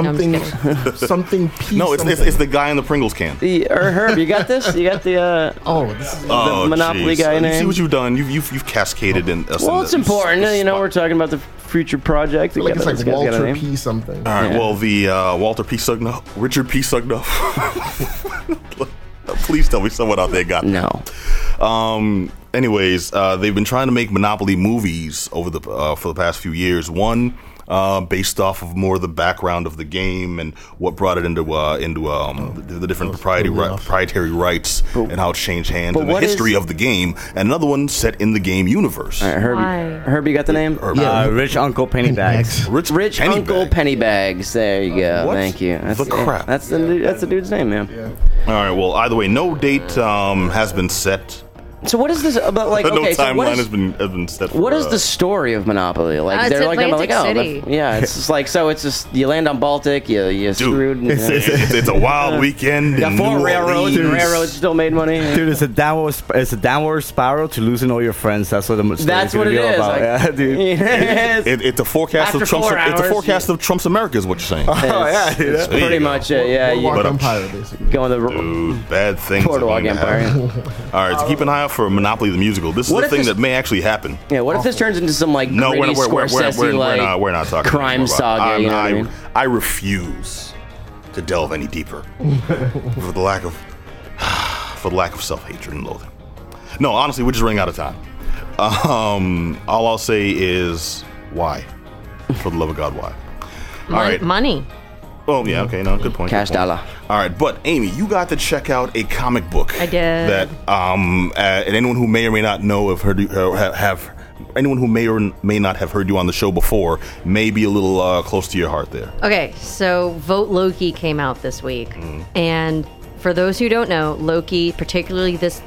Speaker 7: Something, something. P
Speaker 6: No, it's, it's,
Speaker 7: something.
Speaker 6: it's the guy in the Pringles can.
Speaker 5: The, or Herb, you got this? You got the? uh
Speaker 7: oh, this is,
Speaker 6: Oh,
Speaker 5: Monopoly
Speaker 6: jeez.
Speaker 5: guy
Speaker 6: You see
Speaker 5: name.
Speaker 6: what you've done? You've you've, you've cascaded in. Us
Speaker 5: Well,
Speaker 6: in
Speaker 5: it's
Speaker 6: this-
Speaker 5: important.
Speaker 6: this
Speaker 5: You know,
Speaker 6: spot.
Speaker 5: we're talking about the future project.
Speaker 7: like
Speaker 5: This
Speaker 7: it's like
Speaker 5: guy's got a
Speaker 7: Walter
Speaker 5: name.
Speaker 7: P something.
Speaker 6: All right.
Speaker 5: Yeah.
Speaker 6: Well, the uh, Walter P. Sugnuff, Richard P. Sugnuff. Please tell me someone out there got.
Speaker 5: No.
Speaker 6: Um. Anyways, uh, they've been trying to make Monopoly movies over the uh, for the past few years. One. Uh, based off of more of the background of the game and what brought it into uh, into um, the, the different propriety, ri- proprietary rights and how it changed hands
Speaker 5: but
Speaker 6: and the
Speaker 5: what is-
Speaker 6: history of the game. And another one set in the game universe.
Speaker 5: All right, Herb,
Speaker 3: Why?
Speaker 5: Herb, you got the name?
Speaker 6: Herb.
Speaker 2: Uh, rich Uncle Pennybags.
Speaker 6: Rich,
Speaker 5: Rich Uncle Pennybags. There you go.
Speaker 6: What
Speaker 5: Thank you. That's
Speaker 6: the crap?
Speaker 5: That's the dude- that's the dude's name, man.
Speaker 6: All right. Well, either way, no date um, has been set.
Speaker 5: So what is this about? Like,
Speaker 6: no
Speaker 5: okay, so
Speaker 6: timeline
Speaker 5: what is,
Speaker 6: has been has been set.
Speaker 5: what
Speaker 6: for,
Speaker 5: is
Speaker 6: uh,
Speaker 5: the story of Monopoly? Like,
Speaker 3: Uh, it's
Speaker 5: they're like, I'm like,
Speaker 3: Atlantic
Speaker 5: oh,
Speaker 3: City.
Speaker 5: but- yeah, it's just like so. It's just you land on Baltic, you you screwed.
Speaker 6: Dude,
Speaker 5: and-
Speaker 6: it's, it's, it's, it's a wild weekend.
Speaker 5: Uh, Got
Speaker 6: in
Speaker 5: four
Speaker 6: New
Speaker 5: railroads, and
Speaker 6: Orleans.
Speaker 5: railroads still made money.
Speaker 2: Dude, it's a downward. sp- It's a downward spiral to losing all your friends. That's what the story's
Speaker 5: That's
Speaker 2: gonna
Speaker 5: what it
Speaker 2: be all
Speaker 5: is.
Speaker 2: about.
Speaker 5: Like,
Speaker 2: yeah, dude.
Speaker 5: Yes.
Speaker 6: It, it's a forecast
Speaker 5: After
Speaker 6: of Trump's.
Speaker 5: four
Speaker 6: it's a
Speaker 5: hours,
Speaker 6: forecast
Speaker 5: yeah.
Speaker 6: of Trump's America. Is what you're saying.
Speaker 5: oh
Speaker 2: yeah, dude.
Speaker 5: It's
Speaker 6: There you
Speaker 5: pretty
Speaker 6: go.
Speaker 5: much it. Yeah, you
Speaker 7: Boardwalk
Speaker 6: but-
Speaker 7: Empire, basically.
Speaker 5: go on the
Speaker 6: Dude, bad things. are
Speaker 5: boardwalk
Speaker 6: going to
Speaker 5: empire.
Speaker 6: happen. All right, so keep an eye out for Monopoly the musical. This is
Speaker 5: What
Speaker 6: a
Speaker 5: if
Speaker 6: thing
Speaker 5: this-
Speaker 6: that may actually happen.
Speaker 5: Yeah, what if this turns into some like
Speaker 6: No, we're,
Speaker 5: gritty
Speaker 6: we're, we're, we're,
Speaker 5: Scorsese
Speaker 6: we're, we're
Speaker 5: like
Speaker 6: not. We're not talking.
Speaker 5: crime
Speaker 6: anymore about-
Speaker 5: saga?
Speaker 6: I'm-
Speaker 5: you know what
Speaker 6: I,
Speaker 5: I mean?
Speaker 6: I refuse to delve any deeper for the lack of for the lack of self hatred and loathing. No, honestly, we're just running out of time. Um, all I'll say is why, for the love of God, why? All
Speaker 3: Mon-
Speaker 6: right.
Speaker 3: Money.
Speaker 6: Oh yeah, okay, no, good point.
Speaker 5: Cash
Speaker 6: good point.
Speaker 5: dollar.
Speaker 6: All right, but Amy, you got to check out a comic book.
Speaker 3: I did.
Speaker 6: That um, uh, and anyone who may or may not know of heard you, uh, have, have anyone who may or may not have heard you on the show before may be a little uh, close to your heart there.
Speaker 3: Okay, so Vote Loki came out this week.
Speaker 6: Mm-hmm.
Speaker 3: And for those who don't know, Loki, particularly this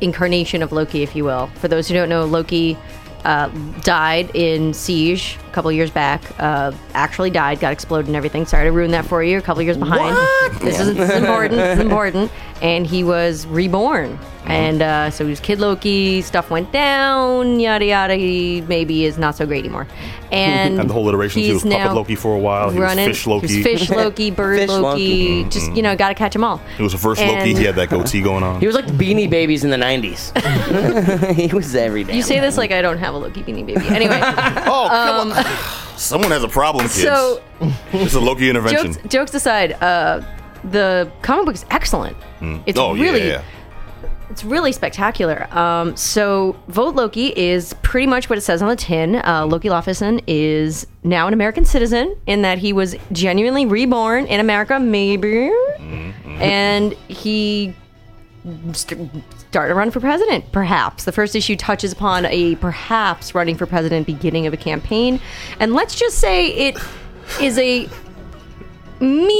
Speaker 3: incarnation of Loki, if you will, for those who don't know, Loki uh, died in Siege a couple years back. Uh, actually died, got exploded and everything. Sorry to ruin that for you, a couple years behind. This, is, this is important. this is important. And he was reborn.
Speaker 6: Mm-hmm.
Speaker 3: And uh, so he was Kid Loki, stuff went down, yada yada. He maybe is not so great anymore. And,
Speaker 6: And the whole iteration, he
Speaker 3: he's
Speaker 6: was Puppet
Speaker 3: now-
Speaker 6: Loki for a while. He was
Speaker 3: running.
Speaker 6: Fish Loki.
Speaker 3: He was fish Loki, bird
Speaker 5: Fish
Speaker 3: Loki.
Speaker 5: Loki.
Speaker 3: Just you know, got to catch them all.
Speaker 6: He was the first Loki.
Speaker 3: And-
Speaker 6: He had that goatee going on.
Speaker 5: He was like Beanie Babies in the '90s. he was every day.
Speaker 3: You say this like I don't have a Loki beanie baby. Anyway,
Speaker 6: oh, come on. someone has a problem, kids.
Speaker 3: so
Speaker 6: it's a Loki intervention.
Speaker 3: jokes jokes aside, uh, the comic book is excellent. It's
Speaker 6: oh yeah,
Speaker 3: really
Speaker 6: yeah, yeah.
Speaker 3: It's really spectacular. Um, so, Vote Loki is pretty much what it says on the tin. Uh, Loki Laufeyson is now an American citizen in that he was genuinely reborn in America, maybe, and he st- start a run for president, perhaps. The first issue touches upon a perhaps running for president beginning of a campaign, and let's just say it is a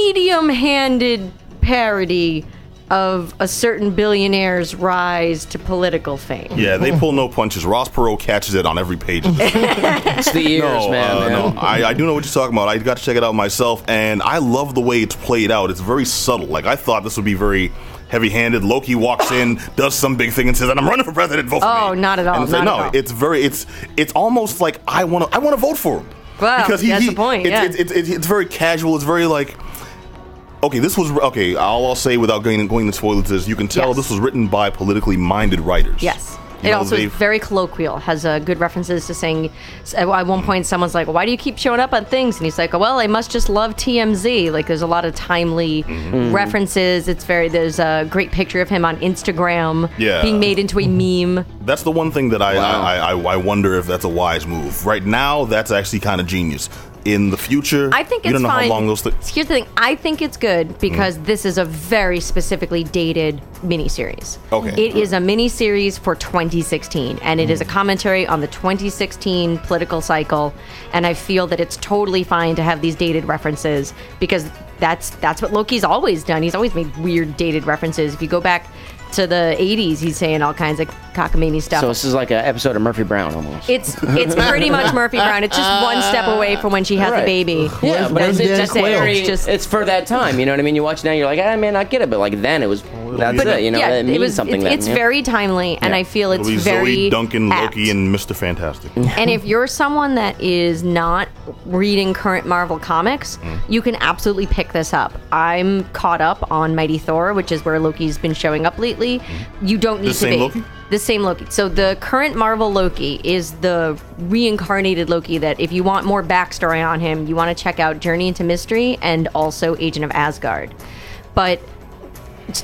Speaker 3: medium-handed parody of a certain billionaire's rise to political fame.
Speaker 6: Yeah, they pull no punches. Ross Perot catches it on every page. of this.
Speaker 5: It's the years,
Speaker 6: no,
Speaker 5: man.
Speaker 6: uh,
Speaker 5: man.
Speaker 6: no, I, I do know what you're talking about. I got to check it out myself, and I love the way it's played out. It's very subtle. Like I thought this would be very heavy-handed. Loki walks in, does some big thing, and says, "And I'm running for president. Vote for me."
Speaker 3: Oh, not at all,
Speaker 6: And it's like,
Speaker 3: not at
Speaker 6: no,
Speaker 3: all.
Speaker 6: it's very. It's it's almost like I want to. I want to vote for him.
Speaker 3: Wow, that's the point,
Speaker 6: It's,
Speaker 3: yeah.
Speaker 6: it's, it's, it's, it's very casual. It's very like. Okay, this was okay. All I'll say without going going into spoilers is you can tell
Speaker 3: Yes.
Speaker 6: this was written by politically minded writers.
Speaker 3: Yes.
Speaker 6: You
Speaker 3: it
Speaker 6: know,
Speaker 3: also is
Speaker 6: they've-
Speaker 3: very colloquial, has uh, good references to saying, s- at at one point, someone's like, Why do you keep showing up on things? And he's like, Well, I must just love TMZ. Like, there's a lot of timely
Speaker 6: Mm-hmm.
Speaker 3: references. It's very, there's a great picture of him on Instagram
Speaker 6: Yeah.
Speaker 3: being made into a meme.
Speaker 6: That's the one thing that I, I, I I wonder if that's a wise move. Right now, that's actually kind of genius. In the future,
Speaker 3: I think it's
Speaker 6: you don't know
Speaker 3: fine.
Speaker 6: how long those Mm-hmm. things.
Speaker 3: Here's the thing I think it's good because this is a very specifically dated miniseries.
Speaker 6: Okay. Mm.
Speaker 3: It is a miniseries for 2016, and it is a commentary on the 2016 political cycle. And I feel that it's totally fine to have these dated references because that's that's what Loki's always done. He's always made weird dated references. If you go back to the 80s, he's saying all kinds of cockamamie stuff.
Speaker 5: So this is like an episode of Murphy Brown almost.
Speaker 3: it's it's pretty much Murphy Brown. It's just one step away from when she has
Speaker 5: Right.
Speaker 3: a baby.
Speaker 5: yeah, but
Speaker 7: where's
Speaker 5: it's,
Speaker 7: Dan
Speaker 5: it's just
Speaker 7: Quayle?
Speaker 5: very,
Speaker 3: Just-
Speaker 5: it's for that time. You know what I mean? You watch now, you're like, "Ah, I may not get it, but like then it was. That's
Speaker 6: bit.
Speaker 5: it. You know, it means
Speaker 3: it was.
Speaker 5: something.
Speaker 3: it's
Speaker 5: then,
Speaker 3: it's
Speaker 5: yeah.
Speaker 3: very timely, and
Speaker 5: Yeah.
Speaker 3: I feel it's
Speaker 6: It'll be
Speaker 3: very
Speaker 6: Zoe, Duncan,
Speaker 3: apt.
Speaker 6: Loki, and Mister Fantastic.
Speaker 3: And if you're someone that is not reading current Marvel comics,
Speaker 5: Mm-hmm.
Speaker 3: you can absolutely pick this up. I'm caught up on Mighty Thor, which is where Loki's been showing up lately.
Speaker 5: Mm-hmm.
Speaker 3: You don't need
Speaker 6: The
Speaker 3: to
Speaker 6: same
Speaker 3: be
Speaker 6: Loki?
Speaker 3: the same Loki. So the current Marvel Loki is the reincarnated Loki that if you want more backstory on him, you want to check out Journey into Mystery and also Agent of Asgard. But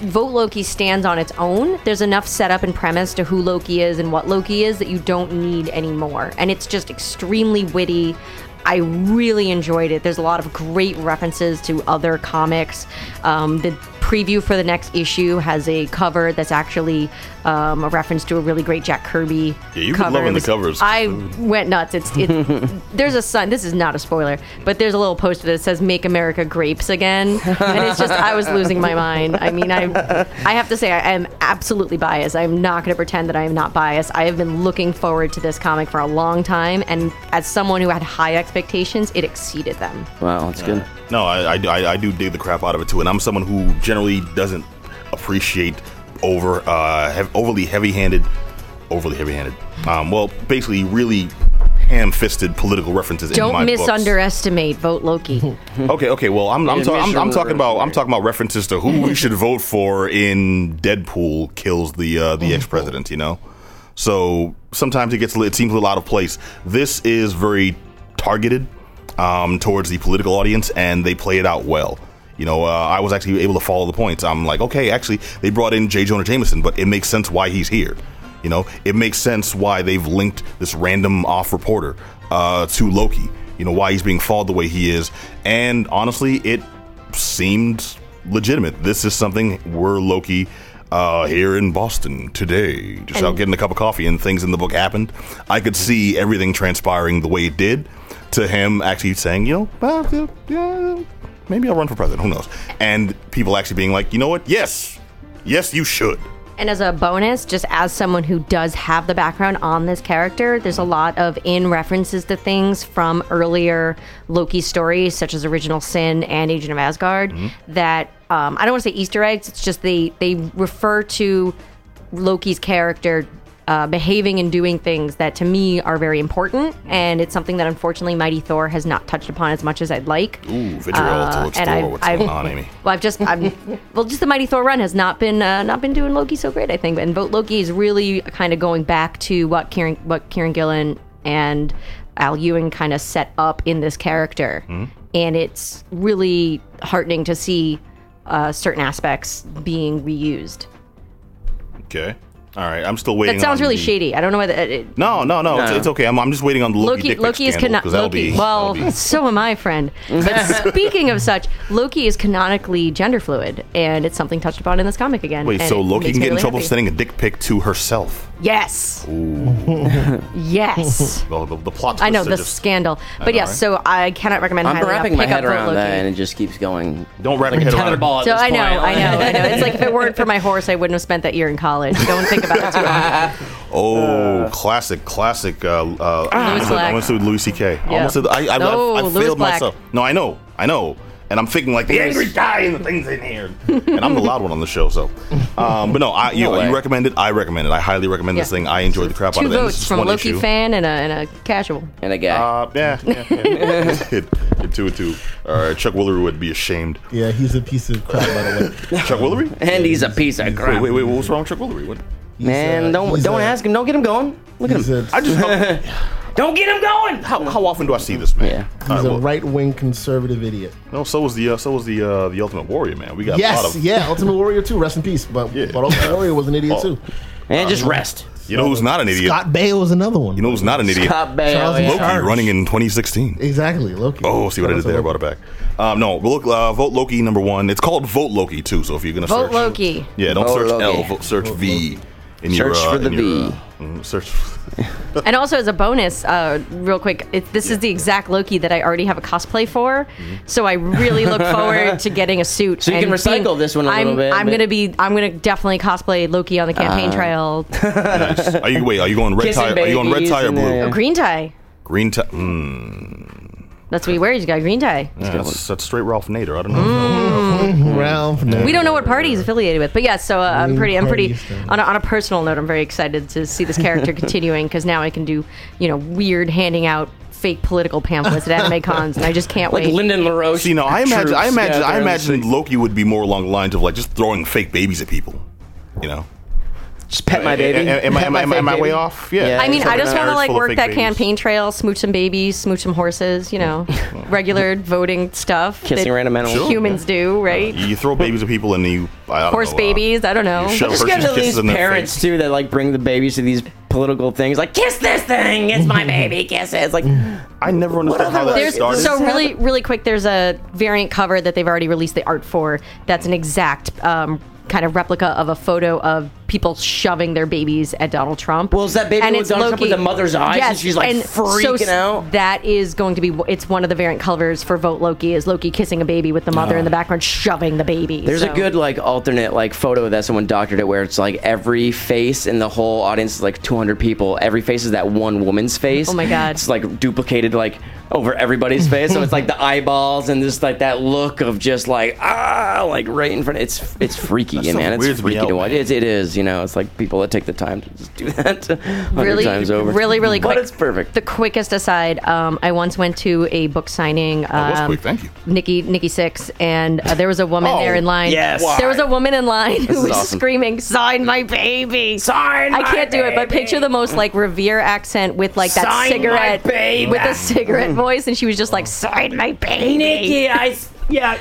Speaker 3: Vote Loki stands on its own. There's enough setup and premise to who Loki is and what Loki is that you don't need any more. And it's just extremely witty. I really enjoyed it. There's a lot of great references to other comics. Um, the preview for the next issue has a cover that's actually um, a reference to a really great Jack Kirby
Speaker 6: Yeah, you've been
Speaker 3: cover.
Speaker 6: loving
Speaker 3: It
Speaker 6: the covers.
Speaker 3: I went nuts. It's, it's there's a sign. This is not a spoiler, but there's a little poster that says "Make America Grapes Again," and it's just I was losing my mind. I mean, I I have to say I am absolutely biased. I'm not going to pretend that I am not biased. I have been looking forward to this comic for a long time, and as someone who had high expectations, it exceeded them.
Speaker 5: Wow, that's good.
Speaker 6: No, I, I, I- I do dig the crap out of it too, and I'm someone who generally doesn't appreciate over uh, hev- overly heavy-handed, overly heavy-handed. Um, well, basically, really ham-fisted political references. in my
Speaker 3: Don't
Speaker 6: books.
Speaker 3: misunderestimate Vote Loki.
Speaker 6: Okay, okay. Well, I'm I'm,
Speaker 5: Yeah,
Speaker 6: ta- I'm, I'm
Speaker 5: miserable
Speaker 6: talking about I'm
Speaker 5: resume.
Speaker 6: talking about references to who we should vote for in Deadpool kills the uh, the ex president. You know, so sometimes it gets a li- it seems a little out of place. This is very targeted um, towards the political audience, and they play it out well. You know, uh, I was actually able to follow the points. I'm like, okay, actually, they brought in J. Jonah Jameson, but it makes sense why he's here. You know, it makes sense why they've linked this random off reporter uh, to Loki. You know, why he's being followed the way he is. And honestly, it seemed legitimate. This is something we're Loki uh, here in Boston today, just out getting a cup of coffee, and things in the book happened. I could see everything transpiring the way it did to him actually saying, you know, well, yeah, yeah, maybe I'll run for president. Who knows? And people actually being like, you know what? Yes, yes, you should.
Speaker 3: And as a bonus, just as someone who does have the background on this character, there's a lot of in references to things from earlier Loki stories, such as Original Sin and Agent of Asgard, that um, I don't want to say Easter eggs. It's just they they refer to Loki's character uh, behaving and doing things that to me are very important, and it's something that unfortunately Mighty Thor has not touched upon as much as I'd like.
Speaker 6: Ooh, vitriol
Speaker 3: Uh,
Speaker 6: towards
Speaker 3: and
Speaker 6: Thor.
Speaker 3: I've-
Speaker 6: What's
Speaker 3: I've-
Speaker 6: going on, Amy?
Speaker 3: Well, I've just, I'm, well, just the Mighty Thor run has not been, uh, not been doing Loki so great, I think. And Vote Loki is really kind of going back to what Kieran, what Kieran Gillen and Al Ewing kind of set up in this character,
Speaker 6: Hmm?
Speaker 3: and it's really heartening to see uh, certain aspects being reused.
Speaker 6: Okay. All right. I'm still waiting.
Speaker 3: That sounds
Speaker 6: on
Speaker 3: really
Speaker 6: the-
Speaker 3: shady. I don't know why. That, it,
Speaker 6: No, no, no. It's,
Speaker 5: No.
Speaker 6: it's okay. I'm, I'm just waiting on the Loki.
Speaker 3: Loki,
Speaker 6: dick pic
Speaker 3: Loki is
Speaker 6: scandal,
Speaker 3: canon.
Speaker 6: 'cause that'll
Speaker 3: Loki.
Speaker 6: be-
Speaker 3: well,
Speaker 6: that'll be-
Speaker 3: so am I, friend. But speaking of such, Loki is canonically gender fluid, and it's something touched upon in this comic again.
Speaker 6: Wait,
Speaker 3: and
Speaker 6: so
Speaker 3: it
Speaker 6: Loki
Speaker 3: makes
Speaker 6: can
Speaker 3: me
Speaker 6: get in
Speaker 3: really
Speaker 6: trouble for
Speaker 3: happy.
Speaker 6: sending a dick pic to herself.
Speaker 3: Yes. yes.
Speaker 6: Well, the, the plot.
Speaker 3: I know
Speaker 6: twists are
Speaker 3: the
Speaker 6: just-
Speaker 3: scandal, but
Speaker 6: know,
Speaker 3: yes.
Speaker 6: right?
Speaker 3: So I cannot recommend.
Speaker 5: I'm
Speaker 3: highly
Speaker 5: wrapping my
Speaker 3: pick up
Speaker 5: head
Speaker 3: Vote
Speaker 5: around
Speaker 3: Loki.
Speaker 5: that, and it just keeps going.
Speaker 6: Don't wrap your
Speaker 8: a
Speaker 6: head around
Speaker 8: tether
Speaker 6: it.
Speaker 8: ball at
Speaker 3: So
Speaker 8: this
Speaker 3: I know,
Speaker 8: point.
Speaker 3: I know, I know. It's like if it weren't for my horse, I wouldn't have spent that year in college. Don't think about it too long.
Speaker 6: Oh, classic, classic. Uh, uh, I
Speaker 3: Ah. Louis
Speaker 6: almost said- I
Speaker 3: Black.
Speaker 6: almost said Louis C.K. I Almost said, I, I,
Speaker 3: No,
Speaker 6: I, I
Speaker 3: Louis
Speaker 6: failed
Speaker 3: Black.
Speaker 6: myself. No, I know, I know. And I'm thinking like the angry guy and the things in here, and I'm the loud one on the show. So, um, but no, I, you,
Speaker 5: No way.
Speaker 6: you recommend it. I recommend it. I highly recommend this
Speaker 3: Yeah.
Speaker 6: thing. I enjoyed the crap out
Speaker 3: Two
Speaker 6: of it. and this
Speaker 3: votes
Speaker 6: is
Speaker 3: from a
Speaker 6: one
Speaker 3: Loki
Speaker 6: issue.
Speaker 3: fan and a, and a casual.
Speaker 5: And a guy.
Speaker 6: Uh, yeah, yeah, yeah. Hit- hit two and two. All right, Chuck Willery would be ashamed.
Speaker 7: Yeah, he's a piece of crap, by the way.
Speaker 6: Chuck Willery?
Speaker 5: and he's a piece of crap.
Speaker 6: Wait, wait, wait. What's wrong with Chuck Willery? What?
Speaker 7: He's,
Speaker 5: Man,
Speaker 7: uh,
Speaker 5: don't
Speaker 7: he's
Speaker 5: don't
Speaker 7: a-
Speaker 5: ask him. Don't get him going. Look at
Speaker 7: He's
Speaker 5: him.
Speaker 7: a,
Speaker 6: I just how,
Speaker 5: Don't get him going.
Speaker 6: how often do I see this man?
Speaker 5: Yeah.
Speaker 6: All right,
Speaker 7: he's a
Speaker 6: well,
Speaker 7: right-wing conservative idiot.
Speaker 6: No, so was the uh, so was the uh, the Ultimate Warrior man. We got a lot
Speaker 7: Yes,
Speaker 6: of
Speaker 7: yeah, Ultimate Warrior too. Rest in peace. But
Speaker 6: Yeah.
Speaker 7: but Ultimate Warrior was an idiot
Speaker 6: Oh.
Speaker 7: too.
Speaker 5: And just rest.
Speaker 6: You know who's not an idiot?
Speaker 7: Scott Bale was another one.
Speaker 6: You know who's not an idiot?
Speaker 5: Top bail.
Speaker 7: Charles
Speaker 5: yeah.
Speaker 6: Loki
Speaker 7: Charge.
Speaker 6: running in 2016.
Speaker 7: exactly Loki.
Speaker 6: Oh, see what I did there? I brought it back. Um, no, but look, uh, vote Loki number one. It's called vote Loki too. So if you're gonna
Speaker 3: Vote
Speaker 6: search,
Speaker 3: Loki.
Speaker 6: Yeah, don't
Speaker 5: Vote
Speaker 6: search
Speaker 5: Loki.
Speaker 6: L. Vote, search V. In
Speaker 5: Search for the
Speaker 6: in your,
Speaker 5: V.
Speaker 6: uh, mm, search.
Speaker 3: And also as a bonus, uh, real quick, it, this is the exact Loki that I already have a cosplay for, so I really look forward to getting a suit.
Speaker 5: So you can
Speaker 3: and
Speaker 5: recycle this one a
Speaker 3: I'm,
Speaker 5: little bit,
Speaker 3: I'm
Speaker 5: but- Ah.
Speaker 3: gonna be. I'm gonna definitely cosplay Loki on the campaign trail.
Speaker 6: Are you wait? Are you going red
Speaker 5: Kissing
Speaker 6: tie? Are you going red
Speaker 5: babies
Speaker 6: tie or
Speaker 5: and,
Speaker 6: blue?
Speaker 5: uh,
Speaker 3: Green tie.
Speaker 6: Green tie. Mm,
Speaker 3: That's what he wears. You got a green tie.
Speaker 6: yeah, that's, that's straight Ralph Nader. I don't
Speaker 5: Mm-hmm.
Speaker 6: know.
Speaker 7: Mm-hmm. Ralph.
Speaker 3: We don't know what party he's affiliated with, but yeah. So uh, I'm pretty, I'm pretty.
Speaker 7: party stuff.
Speaker 3: On a, on a personal note, I'm very excited to see this character continuing because now I can do, you know, weird handing out fake political pamphlets at anime cons, and I just can't
Speaker 5: Like
Speaker 3: wait.
Speaker 5: Lyndon LaRoche.
Speaker 6: See, no, I imagine, I
Speaker 5: troops
Speaker 6: imagine,
Speaker 5: gathering
Speaker 6: I
Speaker 5: the
Speaker 6: imagine
Speaker 5: city.
Speaker 6: Loki would be more along the lines of like just throwing fake babies at people. You know.
Speaker 5: Just pet my
Speaker 6: A-
Speaker 5: baby.
Speaker 6: a- a- Am I
Speaker 5: Pet
Speaker 6: am
Speaker 5: my
Speaker 6: I- am
Speaker 5: fake
Speaker 6: I way
Speaker 5: baby.
Speaker 6: off? Yeah.
Speaker 5: Yeah.
Speaker 3: I mean, I just want to like
Speaker 6: Full of
Speaker 3: work
Speaker 6: fake
Speaker 3: that
Speaker 6: babies.
Speaker 3: campaign trail, smooch some babies, smooch some horses, you know, regular voting stuff.
Speaker 5: Kissing
Speaker 3: that
Speaker 5: random animals.
Speaker 6: Sure.
Speaker 3: Humans do, right?
Speaker 6: You throw babies at people and you I don't
Speaker 3: Horse
Speaker 6: know, uh,
Speaker 3: babies, I don't know.
Speaker 6: you shove
Speaker 5: Just
Speaker 6: Hershey's
Speaker 5: get to
Speaker 6: kisses
Speaker 5: these
Speaker 6: in their
Speaker 5: parents
Speaker 6: face.
Speaker 5: too that like bring the babies to these political things. Like kiss this thing, it's my baby, kiss it. It's like
Speaker 6: I never understood how that
Speaker 3: There's,
Speaker 6: started.
Speaker 3: so really, really quick. There's a variant cover that they've already released the art for. That's an exact um, kind of replica of a photo of people shoving their babies at Donald Trump.
Speaker 5: Well, is that baby with Donald Trump with the mother's eyes and she's, like,
Speaker 3: so
Speaker 5: freaking
Speaker 3: s-
Speaker 5: out?
Speaker 3: That is going to be. It's one of the variant covers for Vote Loki. Is Loki kissing a baby with the mother in the background shoving the baby?
Speaker 5: Ah. There's
Speaker 3: so-
Speaker 5: a good like alternate like photo that someone doctored it where it's like every face in the whole audience is like 200 people. Every face is that one woman's face.
Speaker 3: Oh my God.
Speaker 5: It's like duplicated like over everybody's face. So it's like the eyeballs and just like that look of just like ah like right in front. It's it's freaky
Speaker 6: sounds
Speaker 5: man. It's
Speaker 6: weird to me
Speaker 5: freaky
Speaker 6: out,
Speaker 5: to watch.
Speaker 6: man.
Speaker 5: It's, it is you know. It's like people that take the time to just do that a hundred
Speaker 3: really,
Speaker 5: times over.
Speaker 3: really, really quick.
Speaker 5: But it's perfect.
Speaker 3: The quickest aside, um, I once went to a book signing. Um,
Speaker 6: That was quick, thank you.
Speaker 3: Nikki, Nikki Six, and uh, there was a woman
Speaker 6: Oh,
Speaker 3: there in line.
Speaker 5: yes. Why?
Speaker 3: there was a woman in line who
Speaker 5: is
Speaker 3: was
Speaker 5: awesome.
Speaker 3: screaming, "Sign my baby! Sign!" I can't do it, but picture the most like Revere accent with like that
Speaker 5: Sign my
Speaker 3: cigarette,
Speaker 5: baby.
Speaker 3: with a cigarette voice, and she was just like, "Sign my baby!" Nikki, I yeah.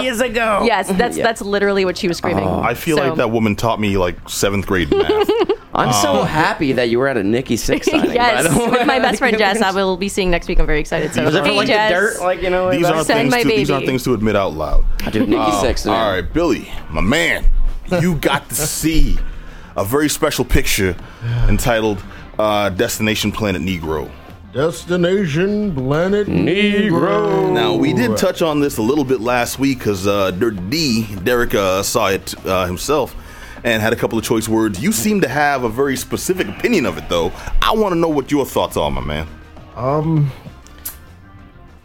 Speaker 3: Years ago, yes, that's that's literally what she was screaming.
Speaker 6: I feel
Speaker 3: So-
Speaker 6: like that woman taught me like seventh grade math.
Speaker 5: I'm
Speaker 6: Oh.
Speaker 5: so happy that you were at a Nikki Six signing. by
Speaker 3: yes,
Speaker 5: the way.
Speaker 3: with my best friend Jess, I will be seeing next week. I'm very excited. So,
Speaker 5: Was it for
Speaker 3: hey,
Speaker 5: like
Speaker 3: Jess.
Speaker 5: the dirt? Like you know.
Speaker 6: these are things.
Speaker 3: Send my
Speaker 6: To, these are
Speaker 3: baby.
Speaker 6: things to admit out loud. Uh,
Speaker 5: Dude, Nikki Six.
Speaker 6: Oh, All
Speaker 5: man.
Speaker 6: right, Billy, my man, you got to see a very special picture entitled uh, "Destination Planet Negro."
Speaker 7: Destination Planet
Speaker 5: Negro.
Speaker 6: Now we did touch on this a little bit last week because uh, Dirty D Derek uh, saw it uh, himself and had a couple of choice words. You seem to have a very specific opinion of it, though. I want to know what your thoughts are, my man.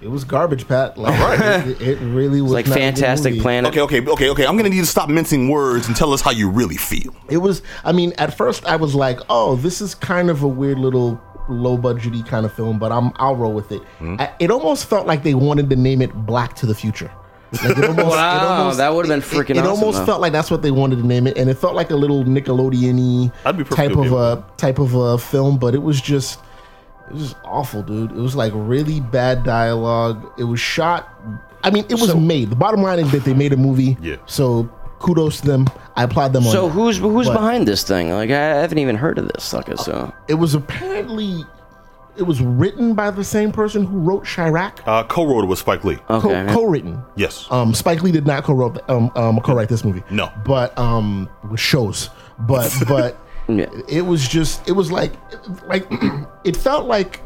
Speaker 7: It was garbage, Pat. Like, it, it really was
Speaker 5: It's like
Speaker 7: not a good
Speaker 5: Fantastic
Speaker 7: movie.
Speaker 5: Planet.
Speaker 6: Okay, okay, okay, okay. I'm gonna need to stop mincing words and tell us how you really feel.
Speaker 7: It was. I mean, at first I was like, "Oh, this is kind of a weird little low budgety kind of film," but I'm I'll roll with it. I, it almost felt like they wanted to name it Black to the Future. Like, it almost,
Speaker 5: Wow, that would've been
Speaker 7: it-
Speaker 5: freaking
Speaker 7: It, it
Speaker 5: awesome,
Speaker 7: almost
Speaker 5: though.
Speaker 7: felt like that's what they wanted to name it, and it felt like a little Nickelodeon
Speaker 6: I'd be perfectly
Speaker 7: type of
Speaker 6: okay
Speaker 7: a type of a film, but it was just it was awful, dude. It was like really bad dialogue. It was shot. I mean, it was made. The bottom line is that they made a movie.
Speaker 6: Yeah.
Speaker 7: So kudos to them. I applaud them.
Speaker 5: So
Speaker 7: on that.
Speaker 5: who's who's
Speaker 7: But
Speaker 5: behind this thing? Like I haven't even heard of this sucker. So
Speaker 7: It was apparently it was written by the same person who wrote Chirac.
Speaker 6: Uh, co-wrote it with Spike Lee.
Speaker 7: Co-
Speaker 5: okay,
Speaker 7: co-written.
Speaker 6: Yes.
Speaker 7: Um, Spike Lee did not co-wrote the- um, um, co-write this movie.
Speaker 6: No.
Speaker 7: but um, with shows. But but
Speaker 5: Yeah.
Speaker 7: it was just it was like like it felt like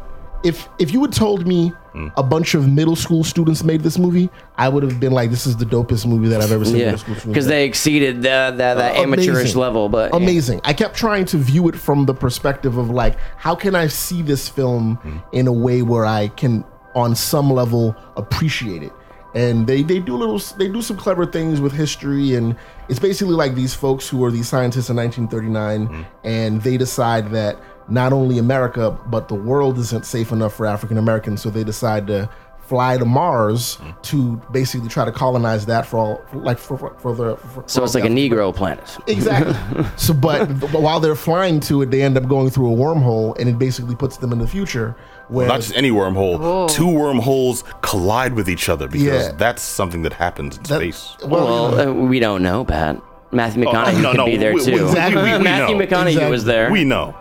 Speaker 7: if if you had told me
Speaker 5: Mm.
Speaker 7: a bunch of middle school students made this movie, I would have been like, this is the dopest movie that I've ever seen.
Speaker 5: yeah,
Speaker 7: middle school students
Speaker 5: because
Speaker 7: make.
Speaker 5: they exceeded that that, that
Speaker 7: Uh,
Speaker 5: amateurish
Speaker 7: amazing.
Speaker 5: level. But yeah.
Speaker 7: amazing. I kept trying to view it from the perspective of like, how can I see this film
Speaker 5: Mm-hmm.
Speaker 7: in a way where I can, on some level, appreciate it. And they they do little they do some clever things with history, and it's basically like these folks who are these scientists in 1939,
Speaker 5: Mm-hmm.
Speaker 7: and they decide that not only America but the world isn't safe enough for African Americans, so they decide to fly to Mars
Speaker 5: Mm-hmm.
Speaker 7: to basically try to colonize that for all like for for, for the for,
Speaker 5: So it's like a Negro planet.
Speaker 7: Exactly. so, but while they're flying to it, they end up going through a wormhole, and it basically puts them in the future. Where
Speaker 6: Not just any wormhole.
Speaker 3: Oh.
Speaker 6: Two wormholes collide with each other because
Speaker 7: Yeah.
Speaker 6: that's something that happens in
Speaker 7: that-
Speaker 6: space.
Speaker 7: well, you
Speaker 5: Well,
Speaker 7: know,
Speaker 5: uh, we don't know, Pat. Matthew McConaughey
Speaker 6: Oh, no,
Speaker 5: could
Speaker 6: no,
Speaker 5: be there
Speaker 6: we- we-
Speaker 5: too.
Speaker 6: exactly, we- we
Speaker 5: Matthew
Speaker 6: know.
Speaker 5: McConaughey
Speaker 7: Exactly.
Speaker 5: was there.
Speaker 6: We know.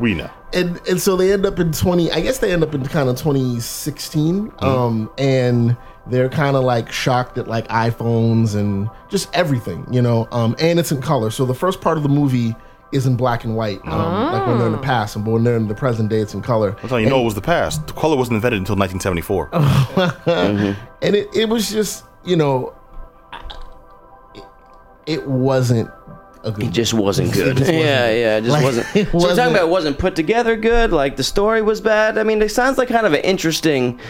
Speaker 6: we know.
Speaker 7: and and so they end up in twenty. I guess they end up in kind of twenty
Speaker 6: Mm-hmm.
Speaker 7: Um, and they're kind of like shocked at like iPhones and just everything, you know. Um, and it's in color. So the first part of the movie is in black and white, um, like when they're in the past, and when they're in the present day, it's in color.
Speaker 6: That's how you know it was the past. The color wasn't invented until 1974.
Speaker 7: and it, it was just you know it, it wasn't a good
Speaker 5: It just wasn't
Speaker 7: It
Speaker 5: good.
Speaker 7: just wasn't.
Speaker 5: Yeah, yeah, it just
Speaker 7: Like,
Speaker 5: wasn't.
Speaker 7: it
Speaker 5: so we're
Speaker 7: wasn't-
Speaker 5: talking about it wasn't put together good. Like the story was bad. I mean, it sounds like kind of an interesting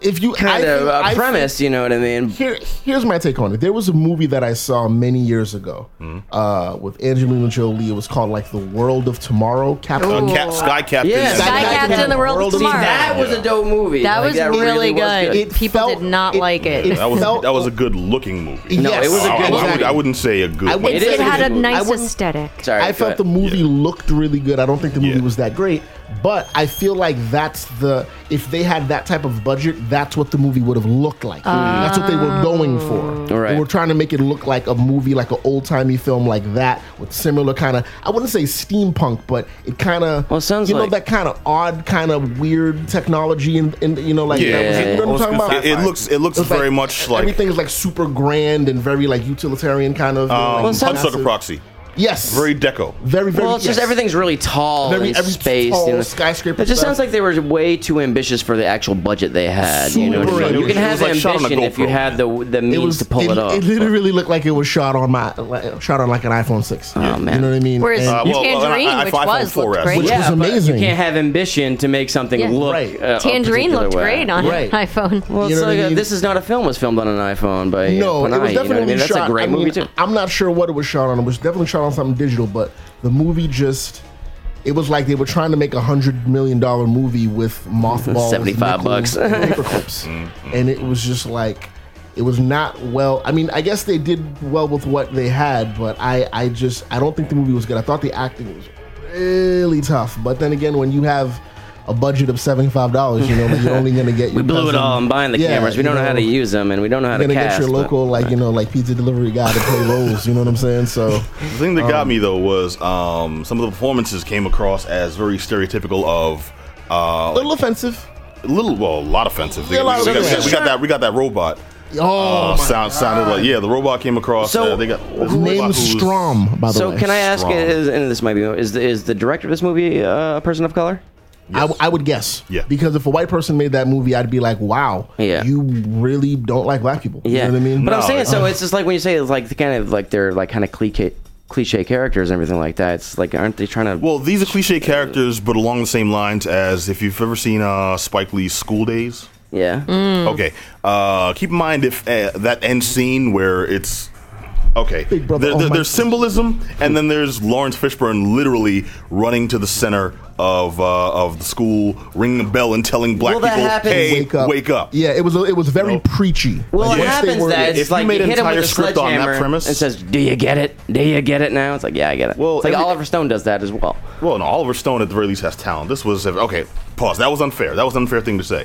Speaker 7: if you
Speaker 5: kind
Speaker 7: I
Speaker 5: of
Speaker 7: think- I
Speaker 5: uh,
Speaker 7: think-
Speaker 5: premise. You know what I mean?
Speaker 7: here, here's my take on it. There was a movie that I saw many years ago
Speaker 5: Hmm.
Speaker 7: uh, with Angelina Jolie. It was called like The World of Tomorrow. Captain.
Speaker 5: Oh,
Speaker 6: Uh, Cap- Sky Captain.
Speaker 5: Yeah,
Speaker 6: and-
Speaker 3: Sky
Speaker 7: Sky
Speaker 3: Captain,
Speaker 7: Captain,
Speaker 3: the world of
Speaker 7: World of
Speaker 3: tomorrow.
Speaker 5: That was a dope movie.
Speaker 3: That
Speaker 5: Like,
Speaker 3: was really
Speaker 5: was
Speaker 3: good. People did not like it.
Speaker 6: that was
Speaker 7: felt-
Speaker 6: that was a good looking movie.
Speaker 5: No, it was a
Speaker 6: I- I,
Speaker 5: good
Speaker 6: would,
Speaker 5: movie.
Speaker 6: I wouldn't say a good.
Speaker 7: I
Speaker 6: movie.
Speaker 7: wouldn't
Speaker 3: It,
Speaker 5: It is
Speaker 3: it
Speaker 5: a
Speaker 3: had
Speaker 5: good
Speaker 3: a
Speaker 5: movie.
Speaker 7: I
Speaker 3: nice
Speaker 7: wouldn't-
Speaker 3: aesthetic.
Speaker 5: Sorry,
Speaker 7: I
Speaker 5: go
Speaker 7: felt
Speaker 5: ahead.
Speaker 7: the movie looked really good. I don't think the movie
Speaker 6: Yeah.
Speaker 7: was that great, but I feel like that's the if they had that type of budget, that's what the movie would have looked like.
Speaker 5: Hmm.
Speaker 7: That's what they were going for.
Speaker 5: Alright.
Speaker 7: They were trying to make it look like a movie, like an old timey film, like that with similar kind of. I wouldn't say steampunk, but it kind of.
Speaker 5: Well, it sounds
Speaker 7: you know
Speaker 5: like-
Speaker 7: that kind of odd, kind of weird technology, and, and you know like
Speaker 6: Yeah,
Speaker 7: that was-
Speaker 5: yeah,
Speaker 7: you know what I'm
Speaker 6: yeah.
Speaker 7: talking about?
Speaker 6: It- it looks- it looks
Speaker 7: was
Speaker 6: very much like-
Speaker 7: everything is like super grand and very like utilitarian kind of. you know, like
Speaker 6: Um,
Speaker 5: sounds-
Speaker 6: Hudsucker
Speaker 7: massive-
Speaker 6: Proxy.
Speaker 7: Yes.
Speaker 6: Very deco.
Speaker 7: Very, very.
Speaker 5: Well, it's just
Speaker 7: yes.
Speaker 5: everything's really tall
Speaker 7: Very-
Speaker 5: and
Speaker 7: every
Speaker 5: spaced.
Speaker 7: tall
Speaker 5: you know.
Speaker 7: skyscraper
Speaker 5: It just
Speaker 7: stuff.
Speaker 5: sounds like they were way too ambitious for the actual budget they had. you know, what I
Speaker 7: Super
Speaker 5: mean? you
Speaker 7: ambitious.
Speaker 5: can
Speaker 6: It
Speaker 5: have
Speaker 6: was like shot on a
Speaker 5: ambition if you
Speaker 6: GoPro.
Speaker 5: had the the means to pull it, off.
Speaker 7: It literally looked like it was shot on my like, shot on like an iPhone six. Oh
Speaker 5: man.
Speaker 7: you know what I mean?
Speaker 3: Whereas
Speaker 7: And-
Speaker 6: Uh, well, well,
Speaker 3: Tangerine,
Speaker 6: I- I-
Speaker 3: which
Speaker 6: iPhone
Speaker 3: was,
Speaker 6: 4S.
Speaker 3: looked great.
Speaker 7: Which
Speaker 5: yeah,
Speaker 7: was
Speaker 5: but
Speaker 7: amazing.
Speaker 5: You can't have ambition to make something
Speaker 3: Yeah.
Speaker 5: look.
Speaker 7: Right.
Speaker 5: Uh, a
Speaker 3: Tangerine
Speaker 5: particular
Speaker 3: looked
Speaker 5: way.
Speaker 3: great on
Speaker 7: Right.
Speaker 3: an iPhone.
Speaker 5: Well,
Speaker 7: You
Speaker 5: it's
Speaker 7: know what
Speaker 5: like
Speaker 7: I
Speaker 5: a,
Speaker 7: mean?
Speaker 5: this is not a film was filmed on an iPhone
Speaker 7: no, it was
Speaker 5: by uh, Panay, you know
Speaker 7: definitely
Speaker 5: what I mean? That's
Speaker 7: shot.
Speaker 5: a great
Speaker 7: I mean,
Speaker 5: movie too.
Speaker 7: I'm not sure what it was shot on. It was definitely shot on something digital, but the movie just. It was like they were trying to make a hundred million dollar movie with mothballs,
Speaker 5: 75 bucks.
Speaker 7: paper clips, and it was just like it was not well. I mean, I guess they did well with what they had, but I, I just, I don't think the movie was good. I thought the acting was really tough, but then again, when you have a budget of seventy five dollars, you know, you're only going to get your
Speaker 5: We blew it
Speaker 7: cousin-
Speaker 5: all. I'm buying the
Speaker 7: Yeah,
Speaker 5: cameras. We
Speaker 7: you
Speaker 5: don't know, how to
Speaker 7: know.
Speaker 5: use them, and we don't know how to
Speaker 7: gonna
Speaker 5: cast.
Speaker 7: get your
Speaker 5: but-
Speaker 7: local like you know like pizza delivery guy to play roles. You know what I'm saying? So
Speaker 6: The thing that got me though was um, some of the performances came across as very stereotypical of uh,
Speaker 7: a little offensive.
Speaker 6: a little, well, a lot offensive.
Speaker 7: Yeah, a lot
Speaker 6: we, got, we got-
Speaker 7: offensive.
Speaker 6: we got that. We got that robot.
Speaker 7: Oh,
Speaker 6: uh, sound sounded like yeah. The robot came across.
Speaker 5: So,
Speaker 6: uh, they got this robot
Speaker 7: named
Speaker 6: who's-
Speaker 7: Strom. By the
Speaker 5: So
Speaker 7: way,
Speaker 5: can I ask?
Speaker 6: Strong.
Speaker 5: Is, and this might be is the, is the director of this movie uh, a person of color?
Speaker 7: I, w- I would guess.
Speaker 6: Yeah.
Speaker 7: Because if a white person made that movie, I'd be like, wow.
Speaker 5: Yeah.
Speaker 7: You really don't like black people.
Speaker 5: Yeah,
Speaker 7: You know what I mean?
Speaker 5: But I'm
Speaker 6: No, uh,
Speaker 5: saying
Speaker 6: it's-
Speaker 5: so. It's just like when you say it's like the kind of like they're like kind of cliche cliche characters and everything like that. It's like aren't they trying to?
Speaker 6: Well, these are cliche characters, but along the same lines as if you've ever seen uh, Spike Lee's School Days.
Speaker 5: yeah.
Speaker 6: Okay. Uh, keep in mind if uh, that end scene where it's okay.
Speaker 7: Big brother,
Speaker 6: there-
Speaker 7: oh
Speaker 6: there-
Speaker 7: my-
Speaker 6: there's symbolism, and then there's Lawrence Fishburne literally running to the center of uh, of the school, ringing a bell and telling black
Speaker 5: Well, that
Speaker 6: people,
Speaker 5: happens.
Speaker 6: "Hey, wake up!"
Speaker 7: Yeah, it was it was very
Speaker 6: Nope.
Speaker 7: preachy.
Speaker 5: Well,
Speaker 7: Like, once
Speaker 5: it
Speaker 7: they
Speaker 5: happens
Speaker 7: were-
Speaker 5: that it's
Speaker 6: if you
Speaker 5: like
Speaker 6: made
Speaker 5: you
Speaker 6: an
Speaker 5: hit him with
Speaker 6: entire
Speaker 5: a
Speaker 6: script on that
Speaker 5: sledgehammer
Speaker 6: premise-
Speaker 5: and says, "Do you get it? Do you get it?" Now it's like, "Yeah, I get it."
Speaker 6: Well,
Speaker 5: it's like
Speaker 6: every-
Speaker 5: Oliver Stone does that as well.
Speaker 6: Well, no, Oliver Stone at the very least has talent. This was okay. Pause. That was unfair. That was an unfair thing to say.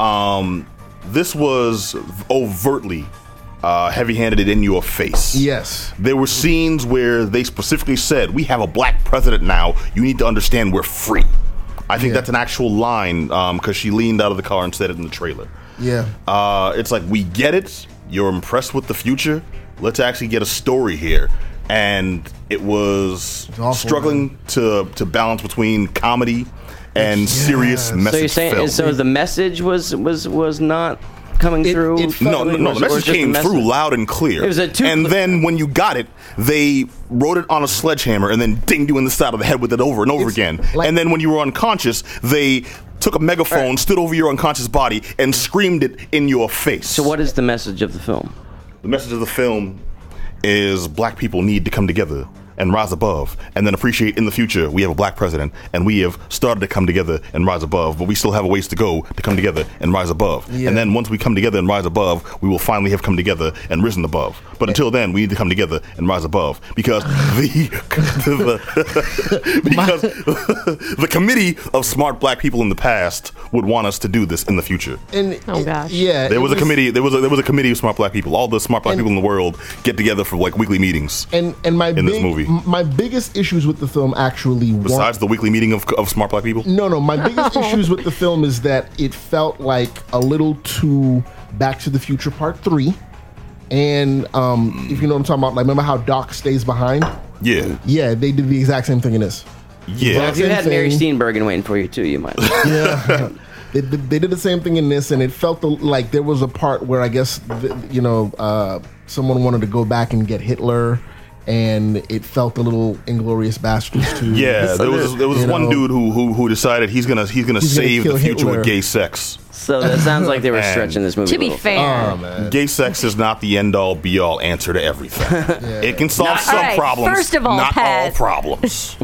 Speaker 6: Um, this was overtly uh, heavy-handed it in your face.
Speaker 7: Yes.
Speaker 6: There were scenes where they specifically said, "We have a black president now. You need to understand we're free." I think
Speaker 7: Yeah.
Speaker 6: that's an actual line because she leaned out of the car and said it in the trailer.
Speaker 7: Yeah.
Speaker 6: Uh, it's like we get it. You're impressed with the future. Let's actually get a story here. And it was
Speaker 7: awful,
Speaker 6: struggling to to balance between comedy and serious
Speaker 7: So
Speaker 6: message.
Speaker 5: So you're saying
Speaker 6: film.
Speaker 5: so the message was was was not coming
Speaker 7: It-
Speaker 5: through.
Speaker 7: it
Speaker 6: no, no, no.
Speaker 5: Or
Speaker 6: The
Speaker 5: just
Speaker 6: message came
Speaker 5: message?
Speaker 6: through loud and clear.
Speaker 5: It was a two-
Speaker 6: and then when you got it, they wrote it on a sledgehammer and then dinged you in the side of the head with it over and over again.
Speaker 7: like-
Speaker 6: and then when you were unconscious, they took a megaphone, stood over your unconscious body, and screamed it in your face.
Speaker 5: So what is the message of the film?
Speaker 6: The message of the film is black people need to come together and rise above and then appreciate in the future we have a black president and we have started to come together and rise above but we still have a ways to go to come together and rise above
Speaker 7: Yeah.
Speaker 6: and then once we come together and rise above we will finally have come together and risen above but until then we need to come together and rise above because the, the because the committee of smart black people in the past would want us to do this in the future
Speaker 7: And
Speaker 3: Oh,
Speaker 7: it-
Speaker 3: gosh.
Speaker 7: Yeah.
Speaker 6: there
Speaker 7: it
Speaker 6: was, a committee. There was a, there was a committee of smart black people. All the smart black
Speaker 7: And-
Speaker 6: people in the world get together for like weekly meetings.
Speaker 7: And and my
Speaker 6: in
Speaker 7: big,
Speaker 6: this movie.
Speaker 7: m- my biggest issues with the film actually weren't-
Speaker 6: Besides the weekly meeting of, of smart black people,
Speaker 7: No, no. My biggest issues with the film is that it felt like a little too Back to the Future Part Three, and um, if you know what I'm talking about, like remember how Doc stays behind?
Speaker 6: yeah,
Speaker 7: Yeah, they did the exact same thing in this.
Speaker 5: Well,
Speaker 6: yeah,
Speaker 5: if you had Mary
Speaker 7: Insane.
Speaker 5: Steenburgen waiting for you too, you might.
Speaker 7: Yeah. They, they they did the same thing in this, and it felt the, like there was a part where I guess th you know uh, someone wanted to go back and get Hitler, and it felt a little Inglorious Bastards too.
Speaker 6: yeah. There was there was
Speaker 7: You
Speaker 6: one
Speaker 7: know.
Speaker 6: dude who, who who decided he's gonna he's gonna
Speaker 7: He's gonna
Speaker 6: save
Speaker 7: kill
Speaker 6: the future
Speaker 7: Hitler.
Speaker 6: with gay sex.
Speaker 5: So that sounds like they were
Speaker 6: And-
Speaker 5: stretching this movie.
Speaker 3: To
Speaker 5: a
Speaker 3: be
Speaker 5: little.
Speaker 3: fair,
Speaker 6: Gay sex is not the end all be all answer to everything. It can solve some
Speaker 3: All right,
Speaker 6: problems,
Speaker 3: first of all,
Speaker 6: not all
Speaker 3: Pat.
Speaker 6: problems.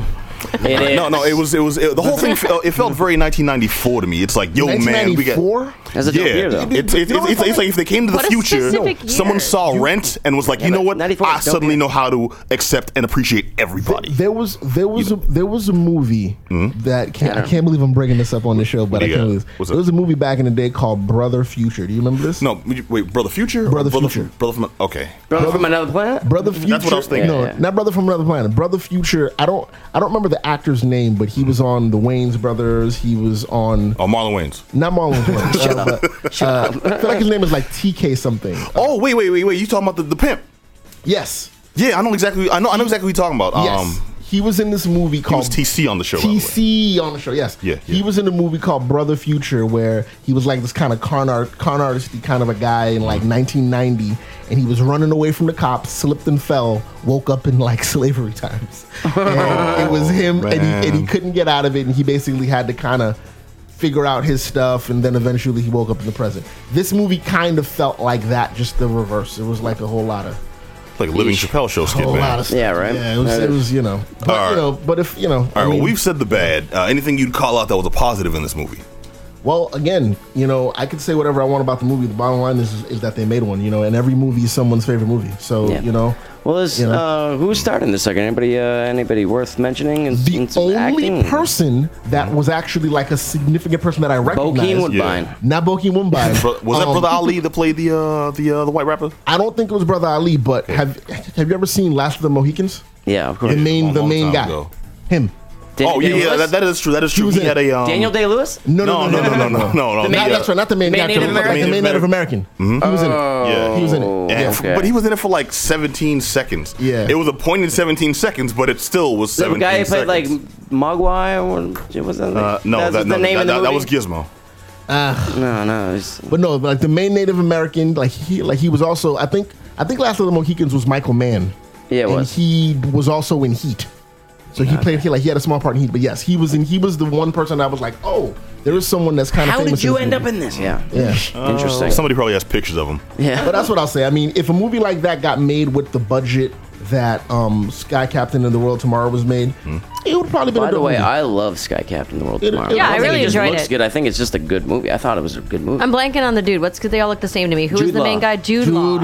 Speaker 5: It is.
Speaker 6: no, no, it was it was it, the whole thing. Felt, it felt very 1994 to me. It's like, yo, oh, man, we got
Speaker 7: 1994?
Speaker 5: That's a dope year, though.
Speaker 6: It's, it's, it's, it's, like if they came to the
Speaker 3: What a
Speaker 6: future,
Speaker 3: specific year.
Speaker 6: someone saw Rent and was like, you know
Speaker 5: but
Speaker 6: what?
Speaker 5: 94
Speaker 6: I
Speaker 5: is dope
Speaker 6: suddenly
Speaker 5: year.
Speaker 6: know how to accept and appreciate everybody.
Speaker 7: There was there was a, there was a movie that can, I can't believe I'm breaking this up on the show, but I
Speaker 6: Hmm? Yeah.
Speaker 7: can't believe this.
Speaker 6: What's
Speaker 7: There
Speaker 6: up?
Speaker 7: was a movie back in the day called Brother Future. Do you remember this?
Speaker 6: no, wait, Brother Future? or
Speaker 7: Brother Future.
Speaker 6: Brother from, okay.
Speaker 5: Brother from another planet.
Speaker 7: Brother Future.
Speaker 6: what I was thinking.
Speaker 7: No,
Speaker 5: Yeah, yeah.
Speaker 7: not Brother from Another Planet. Brother Future. I don't I don't remember the actor's name, but he was on the Waynes Brothers. He was on
Speaker 6: Oh, Marlon Wayne's.
Speaker 7: not Marlon Brothers. uh, but, uh, I feel like his name is like TK something.
Speaker 6: Oh, wait, wait, wait, wait. You talking about the, the pimp?
Speaker 7: Yes.
Speaker 6: Yeah, I know exactly. I know. I know exactly what you're talking about.
Speaker 7: Yes.
Speaker 6: Um,
Speaker 7: he was in this movie
Speaker 6: he
Speaker 7: called
Speaker 6: was TC on the show. by the way.
Speaker 7: TC on the show. Yes.
Speaker 6: Yeah,
Speaker 7: He
Speaker 6: yeah.
Speaker 7: was in a movie called Brother Future where he was like this kind of con art, con artisty kind of a guy in like
Speaker 6: Mm-hmm.
Speaker 7: 1990, and he was running away from the cops, slipped and fell, woke up in like slavery times. And it was him, and
Speaker 6: man.
Speaker 7: he, and he couldn't get out of it, and he basically had to kind of figure out his stuff and then eventually he woke up in the present this movie kind of felt like that just the reverse it was like a whole lot of
Speaker 6: Like a living Chappelle show skit,
Speaker 7: whole
Speaker 6: man.
Speaker 7: lot of stuff.
Speaker 5: Yeah, right.
Speaker 7: yeah it was, it was you know but
Speaker 6: All right.
Speaker 7: you know but if you know
Speaker 6: All right, well, we've said the bad. Uh, anything you'd call out that was a positive in this movie?
Speaker 7: Well, again, you know, I could say whatever I want about the movie. The bottom line is, is that they made one, you know, and every movie is someone's favorite movie. So,
Speaker 5: Yeah.
Speaker 7: you know,
Speaker 5: Well, this,
Speaker 7: You know.
Speaker 5: uh, who's starting this second? Anybody? Uh, anybody worth mentioning? In,
Speaker 7: the
Speaker 5: in some
Speaker 7: only
Speaker 5: acting?
Speaker 7: person that was actually like a significant person that I
Speaker 5: Bokeem
Speaker 7: recognized,
Speaker 5: Woodbine.
Speaker 6: Yeah.
Speaker 7: not Bokeem Wimbai.
Speaker 6: Bro- was that
Speaker 7: Um,
Speaker 6: Brother Ali that played the uh, the uh, the white rapper?
Speaker 7: I don't think it was Brother Ali, but have have you ever seen Last of the Mohicans?
Speaker 5: Yeah, of course.
Speaker 7: The main,
Speaker 6: long,
Speaker 7: the
Speaker 6: long
Speaker 7: main
Speaker 6: time
Speaker 7: guy,
Speaker 6: ago.
Speaker 7: him.
Speaker 5: Daniel
Speaker 6: oh yeah,
Speaker 5: Day-Lewis?
Speaker 6: yeah. That, that is true. That is true.
Speaker 7: was
Speaker 6: He
Speaker 7: in
Speaker 6: had
Speaker 7: it.
Speaker 6: a um,
Speaker 5: Daniel Day Lewis.
Speaker 7: No,
Speaker 6: No, no, no, no, no, no, no.
Speaker 5: The
Speaker 7: Not,
Speaker 5: main-
Speaker 6: Yeah.
Speaker 7: that's right, not the main,
Speaker 5: Main
Speaker 7: guy,
Speaker 5: Native
Speaker 7: the
Speaker 5: American.
Speaker 7: main Native American. He was in it.
Speaker 6: Yeah, Oh.
Speaker 7: he was in it.
Speaker 6: Yeah,
Speaker 5: okay.
Speaker 6: but he was in it for like 17 seconds.
Speaker 7: Yeah.
Speaker 6: it was a point in 17 seconds, but it still was
Speaker 5: The
Speaker 6: 17
Speaker 5: guy who played like
Speaker 6: seconds.
Speaker 5: Mogwai, or was that?
Speaker 6: Uh, no,
Speaker 5: that's
Speaker 6: that,
Speaker 5: the
Speaker 6: no,
Speaker 5: name
Speaker 6: that,
Speaker 5: of the
Speaker 6: that, that was
Speaker 5: movie?
Speaker 6: Gizmo.
Speaker 5: No, no, it's
Speaker 7: But no, like the main Native American, like he, like he was also. I think, I think Last of the Mohicans was Michael Mann.
Speaker 5: Yeah, it
Speaker 7: and
Speaker 5: was.
Speaker 7: he was also in Heat. So he played he like he had a small part in Heat, but yes, he was in. He was the one person I was like, oh, there is someone that's kind of.
Speaker 5: How did you end up in this? Yeah.
Speaker 7: Yeah.
Speaker 6: Oh.
Speaker 5: Interesting.
Speaker 6: Somebody probably has pictures of him.
Speaker 5: yeah.
Speaker 7: But that's what I'll say. I mean, if a movie like that got made with the budget that um, Sky Captain of the World Tomorrow was made, it would probably been.
Speaker 5: Hmm. By
Speaker 7: a
Speaker 5: the
Speaker 7: dope
Speaker 5: way,
Speaker 7: movie.
Speaker 5: I love Sky Captain the World
Speaker 7: It-
Speaker 5: Tomorrow.
Speaker 7: it- Yeah, I
Speaker 5: don't think
Speaker 7: really
Speaker 5: just
Speaker 3: enjoyed
Speaker 5: looks
Speaker 3: it.
Speaker 5: good. I think it's just a good movie. I thought it was a good movie.
Speaker 3: I'm blanking on the dude. What's because they all look the same to me? Who was
Speaker 5: Jude
Speaker 3: the
Speaker 5: Law.
Speaker 3: main guy? Jude,
Speaker 7: Jude
Speaker 3: Law.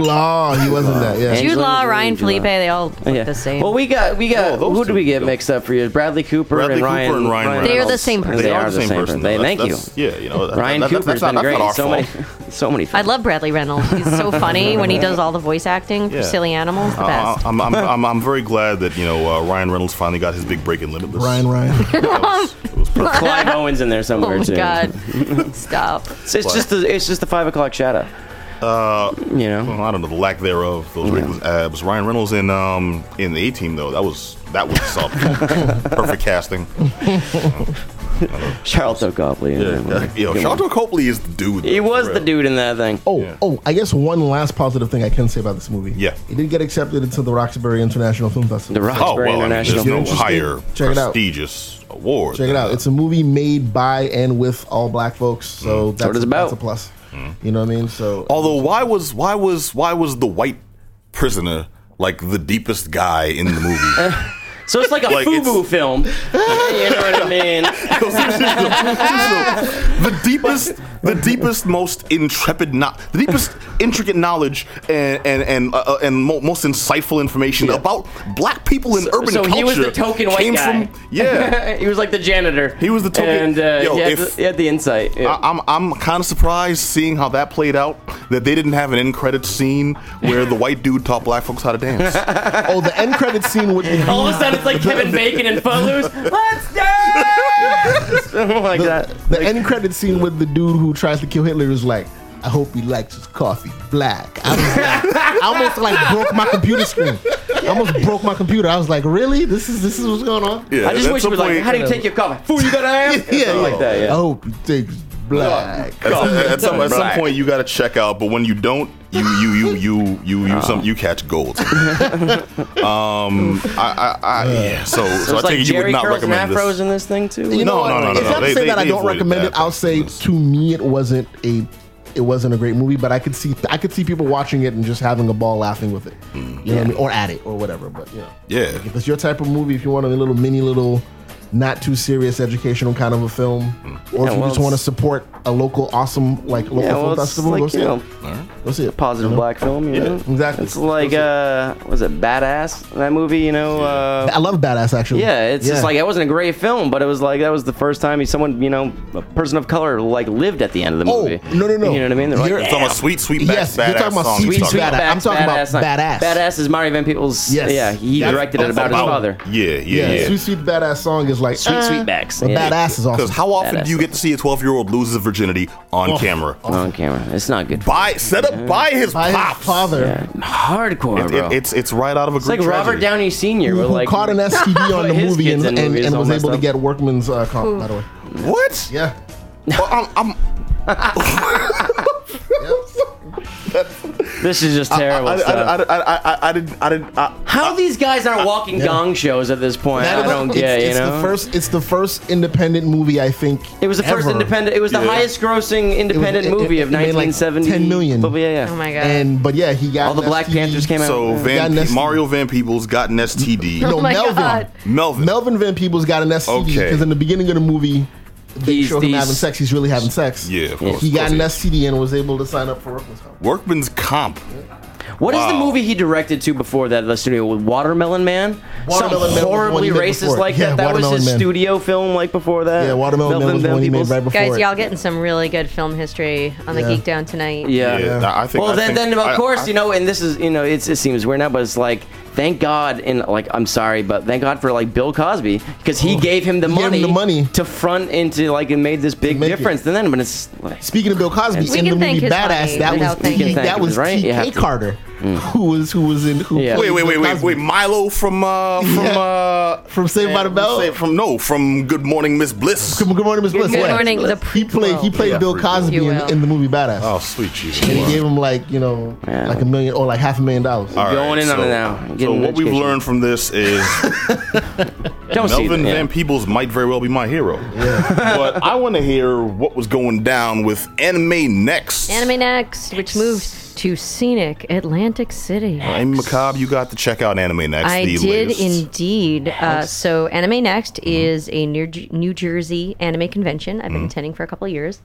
Speaker 7: Law, he wasn't that. Yeah.
Speaker 5: Angela
Speaker 3: Jude Law,
Speaker 5: Jolie,
Speaker 3: Ryan
Speaker 5: Jude Law.
Speaker 3: Felipe, they all look
Speaker 5: yeah.
Speaker 3: the same.
Speaker 5: Well, we got we got
Speaker 6: Oh, those
Speaker 5: who do
Speaker 6: two.
Speaker 5: we get mixed up for you? Bradley Cooper,
Speaker 6: Bradley
Speaker 5: and,
Speaker 6: Cooper
Speaker 5: Ryan,
Speaker 6: and Ryan Reynolds.
Speaker 3: They are the same person.
Speaker 5: They, are the same person.
Speaker 6: though.
Speaker 5: They,
Speaker 6: That's-
Speaker 5: thank you.
Speaker 6: that's- Yeah, you know that-
Speaker 5: Ryan
Speaker 6: that-
Speaker 5: Cooper's
Speaker 6: that's not-
Speaker 5: been
Speaker 6: that's not
Speaker 5: great.
Speaker 6: our
Speaker 5: So
Speaker 6: fault.
Speaker 5: many, so many
Speaker 3: I
Speaker 5: films.
Speaker 3: love Bradley Reynolds. He's so funny when he does all the voice acting for
Speaker 6: Yeah.
Speaker 3: silly animals. The
Speaker 6: Uh,
Speaker 3: best.
Speaker 6: I'm, I'm, I'm, I'm very glad that you know uh, Ryan Reynolds finally got his big break in Limitless.
Speaker 7: Ryan Ryan.
Speaker 6: That was- it was perfect.
Speaker 5: Clive Owens in there somewhere
Speaker 3: Oh my
Speaker 5: too.
Speaker 3: god! Stop.
Speaker 5: It's, it's just the it's just the five o'clock shadow. Uh, you know,
Speaker 6: Well, I don't know the lack thereof. Those ridiculous abs. Ryan Reynolds in um in the A Team though. That was that was solid. perfect casting.
Speaker 5: Charles Copley.
Speaker 6: Yeah, yo, Shanto Copley is the dude.
Speaker 5: He
Speaker 6: though,
Speaker 5: was
Speaker 6: for
Speaker 5: the
Speaker 6: real.
Speaker 5: dude in that thing.
Speaker 7: Oh,
Speaker 6: Yeah.
Speaker 7: oh! I guess one last positive thing I can say about this movie.
Speaker 6: Yeah.
Speaker 7: it did get accepted into the Roxbury International Film Festival.
Speaker 5: The
Speaker 6: Oh
Speaker 5: Roxbury
Speaker 6: well, I mean,
Speaker 5: International.
Speaker 6: there's no
Speaker 7: Interesting.
Speaker 6: higher
Speaker 7: Check it out.
Speaker 6: prestigious award.
Speaker 7: Check it
Speaker 6: than
Speaker 7: out.
Speaker 6: that.
Speaker 7: It's a movie made by and with all black folks,
Speaker 6: Mm.
Speaker 7: so that's,
Speaker 5: what it's about.
Speaker 7: that's a plus. You know what I mean? So oh,
Speaker 6: Although why was why was why was the white prisoner like the deepest guy in the movie?
Speaker 5: So it's like a
Speaker 6: Like, it's-
Speaker 5: FUBU film. you know what I mean?
Speaker 6: the deepest, the deepest, most intrepid, not the deepest, intricate knowledge and and and, uh, uh, and mo- most insightful information about black people in urban
Speaker 5: so
Speaker 6: culture.
Speaker 5: he was the token white
Speaker 6: came
Speaker 5: guy.
Speaker 6: From, yeah.
Speaker 5: he was like the janitor.
Speaker 6: He was the token-
Speaker 5: And uh,
Speaker 6: Yo,
Speaker 5: he, had
Speaker 6: if-
Speaker 5: the, he had the insight. Yeah.
Speaker 6: I- I'm I'm kind of surprised seeing how that played out that they didn't have an end credit scene where the white dude taught black folks how to dance.
Speaker 7: oh, the end credit scene would be
Speaker 5: All of a sudden, it's like Kevin Bacon and Footloose. Let's dance! Something like that.
Speaker 7: the end credit scene with the dude who tries to kill Hitler is like, I hope he likes his coffee black. I was like, I almost like broke my computer screen. I almost broke my computer. I was like, really? This is this is what's going on?
Speaker 6: Yeah,
Speaker 5: I just
Speaker 6: at
Speaker 5: wish it
Speaker 6: some
Speaker 5: was like,
Speaker 6: point-
Speaker 5: how do you take your coffee? Fool, you got ass?
Speaker 7: Yeah,
Speaker 5: Something like that,
Speaker 7: I
Speaker 6: Oh,
Speaker 5: yeah.
Speaker 7: hope he takes black.
Speaker 6: At some, at some- at some point, you got to check out. But when you don't, you you you you you you, some, you catch gold. um, I, I, I yeah. So so,
Speaker 5: So
Speaker 6: I
Speaker 5: it's like
Speaker 6: think you
Speaker 5: Jerry
Speaker 6: would not
Speaker 5: Curls and
Speaker 6: recommend this.
Speaker 5: Afros in this thing, too?
Speaker 7: You
Speaker 6: No,
Speaker 7: know what?
Speaker 6: no, no, no,
Speaker 7: If
Speaker 6: no.
Speaker 7: I'm
Speaker 6: They-
Speaker 7: saying that
Speaker 6: they-
Speaker 7: I don't
Speaker 6: they
Speaker 7: recommend it,
Speaker 6: avoided
Speaker 7: I'll
Speaker 6: that.
Speaker 7: say to me it wasn't a it wasn't a great movie, but I could see I could see people watching it and just having a ball laughing with it. You know what I mean? Or at it or whatever. But you know.
Speaker 6: Yeah.
Speaker 7: If it's your type of movie, if you want a little mini little not too serious educational kind of a film, or
Speaker 6: Hmm.
Speaker 5: Yeah,
Speaker 7: if you
Speaker 5: well,
Speaker 7: just want to
Speaker 5: it's-
Speaker 7: support a local awesome like local
Speaker 5: yeah, well,
Speaker 7: film
Speaker 5: it's
Speaker 7: festival, go
Speaker 5: like,
Speaker 7: see
Speaker 5: you know,
Speaker 7: it. Go see it.
Speaker 5: positive
Speaker 7: You know?
Speaker 5: black film, you know?
Speaker 7: exactly.
Speaker 5: It's like, uh, was it Badass? That movie, you know? Uh,
Speaker 7: I love badass actually.
Speaker 5: Yeah, it's just like that wasn't a great film, but it was like that was the first time he- someone, you know, a person of color like lived at the end of the
Speaker 7: Oh,
Speaker 5: movie.
Speaker 7: no, no, no.
Speaker 5: You know what I mean? They're like,
Speaker 7: You're-
Speaker 6: It's on a sweet, sweet, back,
Speaker 7: Yes,
Speaker 6: badass
Speaker 7: you're talking about
Speaker 6: song.
Speaker 7: sweet,
Speaker 6: he's talking
Speaker 7: sweet
Speaker 6: about.
Speaker 7: badass. I'm talking about
Speaker 5: like-
Speaker 7: Badass.
Speaker 5: Badass is Mario Van Peebles.
Speaker 7: Yes.
Speaker 5: Yeah, he
Speaker 7: That's-
Speaker 5: directed it
Speaker 7: that's
Speaker 5: about his
Speaker 7: about-
Speaker 5: father.
Speaker 6: Yeah, yeah,
Speaker 7: yeah,
Speaker 6: yeah.
Speaker 7: sweet sweet badass song is like
Speaker 5: Sweet,
Speaker 7: eh,
Speaker 5: sweet backs,
Speaker 7: but
Speaker 5: yeah.
Speaker 7: Badass is
Speaker 6: Because
Speaker 7: awesome.
Speaker 6: how often
Speaker 5: Badass Oh.
Speaker 6: do you get to see a 12 year old lose his virginity on camera?
Speaker 5: On camera, it's not good.
Speaker 6: By set up by his
Speaker 7: By his
Speaker 6: pops.
Speaker 7: father.
Speaker 5: Yeah. Hardcore,
Speaker 6: It-
Speaker 5: bro.
Speaker 6: it- it's it's right out of a
Speaker 5: It's like
Speaker 6: Greek
Speaker 5: Robert
Speaker 6: tragedy.
Speaker 5: Downey Senior.
Speaker 7: who
Speaker 5: like
Speaker 7: caught an STD on
Speaker 5: put
Speaker 7: the
Speaker 5: his
Speaker 7: movie
Speaker 5: kids
Speaker 7: and,
Speaker 5: in
Speaker 7: and,
Speaker 5: movies
Speaker 7: and
Speaker 5: all
Speaker 7: was
Speaker 5: messed
Speaker 7: able to
Speaker 5: up.
Speaker 7: get workman's uh, comp, by the way.
Speaker 6: What?
Speaker 7: Yeah.
Speaker 6: Well, I'm, I'm,
Speaker 5: This is just terrible
Speaker 6: I,
Speaker 5: stuff.
Speaker 6: I, I, I, I, I, I didn't. I didn't. I,
Speaker 5: How these guys aren't walking gong shows at this point? I don't
Speaker 7: it's,
Speaker 5: get.
Speaker 7: it's
Speaker 5: you know,
Speaker 7: the first it's the first independent movie I think
Speaker 5: it was the first
Speaker 7: ever.
Speaker 5: independent. It was the
Speaker 6: Yeah.
Speaker 5: highest-grossing independent
Speaker 7: it-
Speaker 5: movie
Speaker 7: it-
Speaker 5: of
Speaker 7: it made like
Speaker 5: 1970.
Speaker 7: 10 million.
Speaker 5: But yeah, yeah.
Speaker 3: Oh my god.
Speaker 7: And but yeah, he got
Speaker 5: All the
Speaker 7: an
Speaker 5: Black
Speaker 7: STD.
Speaker 5: Panthers came out.
Speaker 6: so Van
Speaker 7: Got an
Speaker 6: Pe-
Speaker 7: STD.
Speaker 6: Mario Van Peebles got an STD.
Speaker 7: No,
Speaker 3: Oh my
Speaker 7: Melvin.
Speaker 3: God.
Speaker 6: Melvin.
Speaker 7: Melvin Van Peebles got an STD
Speaker 6: Okay.
Speaker 7: because in the beginning of the movie they
Speaker 5: He's-
Speaker 7: show him
Speaker 5: he's-
Speaker 7: having sex. He's really having sex.
Speaker 6: Yeah, of course,
Speaker 7: He
Speaker 6: of course
Speaker 7: got
Speaker 6: he
Speaker 7: an
Speaker 6: is.
Speaker 7: STD and was able to sign up for workman's comp.
Speaker 6: Workman's Comp.
Speaker 5: What is the
Speaker 6: Wow.
Speaker 5: movie he directed to before that? The studio with Watermelon Man,
Speaker 7: Watermelon Man was
Speaker 5: some
Speaker 7: the one
Speaker 5: horribly
Speaker 7: he made
Speaker 5: racist
Speaker 7: before.
Speaker 5: like
Speaker 7: Yeah,
Speaker 5: that. That was
Speaker 7: Watermelon
Speaker 5: his
Speaker 7: Man.
Speaker 5: studio film like before that.
Speaker 7: Yeah, Watermelon Man
Speaker 5: Melvin
Speaker 7: was the
Speaker 5: Van
Speaker 7: one he made
Speaker 5: Peebles.
Speaker 7: right before
Speaker 3: Guys,
Speaker 7: it.
Speaker 3: y'all getting some really good film history on the
Speaker 7: Yeah.
Speaker 3: Geek Down tonight.
Speaker 5: Yeah.
Speaker 6: I think.
Speaker 5: well,
Speaker 6: I
Speaker 5: then,
Speaker 6: think-
Speaker 5: then of
Speaker 6: I-
Speaker 5: course,
Speaker 6: I-
Speaker 5: you know, and this is, you know, it's, it seems weird now, but it's like, thank God, and like, I'm sorry, but thank God for like Bill Cosby because he gave him the
Speaker 7: He gave him
Speaker 5: money,
Speaker 7: the money.
Speaker 5: to front into like it made this big
Speaker 7: make it.
Speaker 5: difference. And then when it's like,
Speaker 7: Speaking of Bill Cosby
Speaker 5: We
Speaker 7: in the
Speaker 3: can thank
Speaker 7: movie
Speaker 3: his
Speaker 7: Badass,
Speaker 3: money
Speaker 7: that was
Speaker 3: without thanking
Speaker 7: T-
Speaker 5: him.
Speaker 7: that was
Speaker 5: Right? You have
Speaker 7: T.K.
Speaker 5: to.
Speaker 7: Carter, who was who was in who
Speaker 5: Yeah.
Speaker 7: played
Speaker 6: Wait, wait,
Speaker 7: Bill
Speaker 6: wait, wait,
Speaker 7: Cosby.
Speaker 6: wait. Milo from uh from
Speaker 7: Yeah.
Speaker 6: uh
Speaker 7: from Saved by the Bell.
Speaker 6: say- from no from Good Morning Miss Bliss.
Speaker 7: Good Morning Miss Bliss.
Speaker 3: Good
Speaker 7: yeah.
Speaker 3: morning, the
Speaker 7: He played he played
Speaker 6: Yeah,
Speaker 7: Bill
Speaker 6: prequel.
Speaker 7: Cosby
Speaker 3: You
Speaker 7: in,
Speaker 3: will.
Speaker 7: in the movie Badass.
Speaker 6: Oh, sweet Jesus.
Speaker 7: And he gave him like you know
Speaker 5: Yeah.
Speaker 7: like a million or like half a million dollars.
Speaker 6: All
Speaker 5: Going in on it now.
Speaker 6: So
Speaker 5: Getting an
Speaker 6: what we've
Speaker 5: education.
Speaker 6: learned from this is
Speaker 5: don't see
Speaker 6: Melvin
Speaker 5: that, yeah.
Speaker 6: Van Peebles might very well be my hero. but I want to hear what was going down with anime next.
Speaker 3: Anime Next, which moved to scenic Atlantic City.
Speaker 6: Amy Macabre, you got to check out Anime Next.
Speaker 3: I
Speaker 6: the
Speaker 3: did
Speaker 6: latest.
Speaker 3: indeed. Uh, so, Anime
Speaker 5: Mm-hmm.
Speaker 3: Next is a New, New Jersey anime convention I've been attending for a couple of years.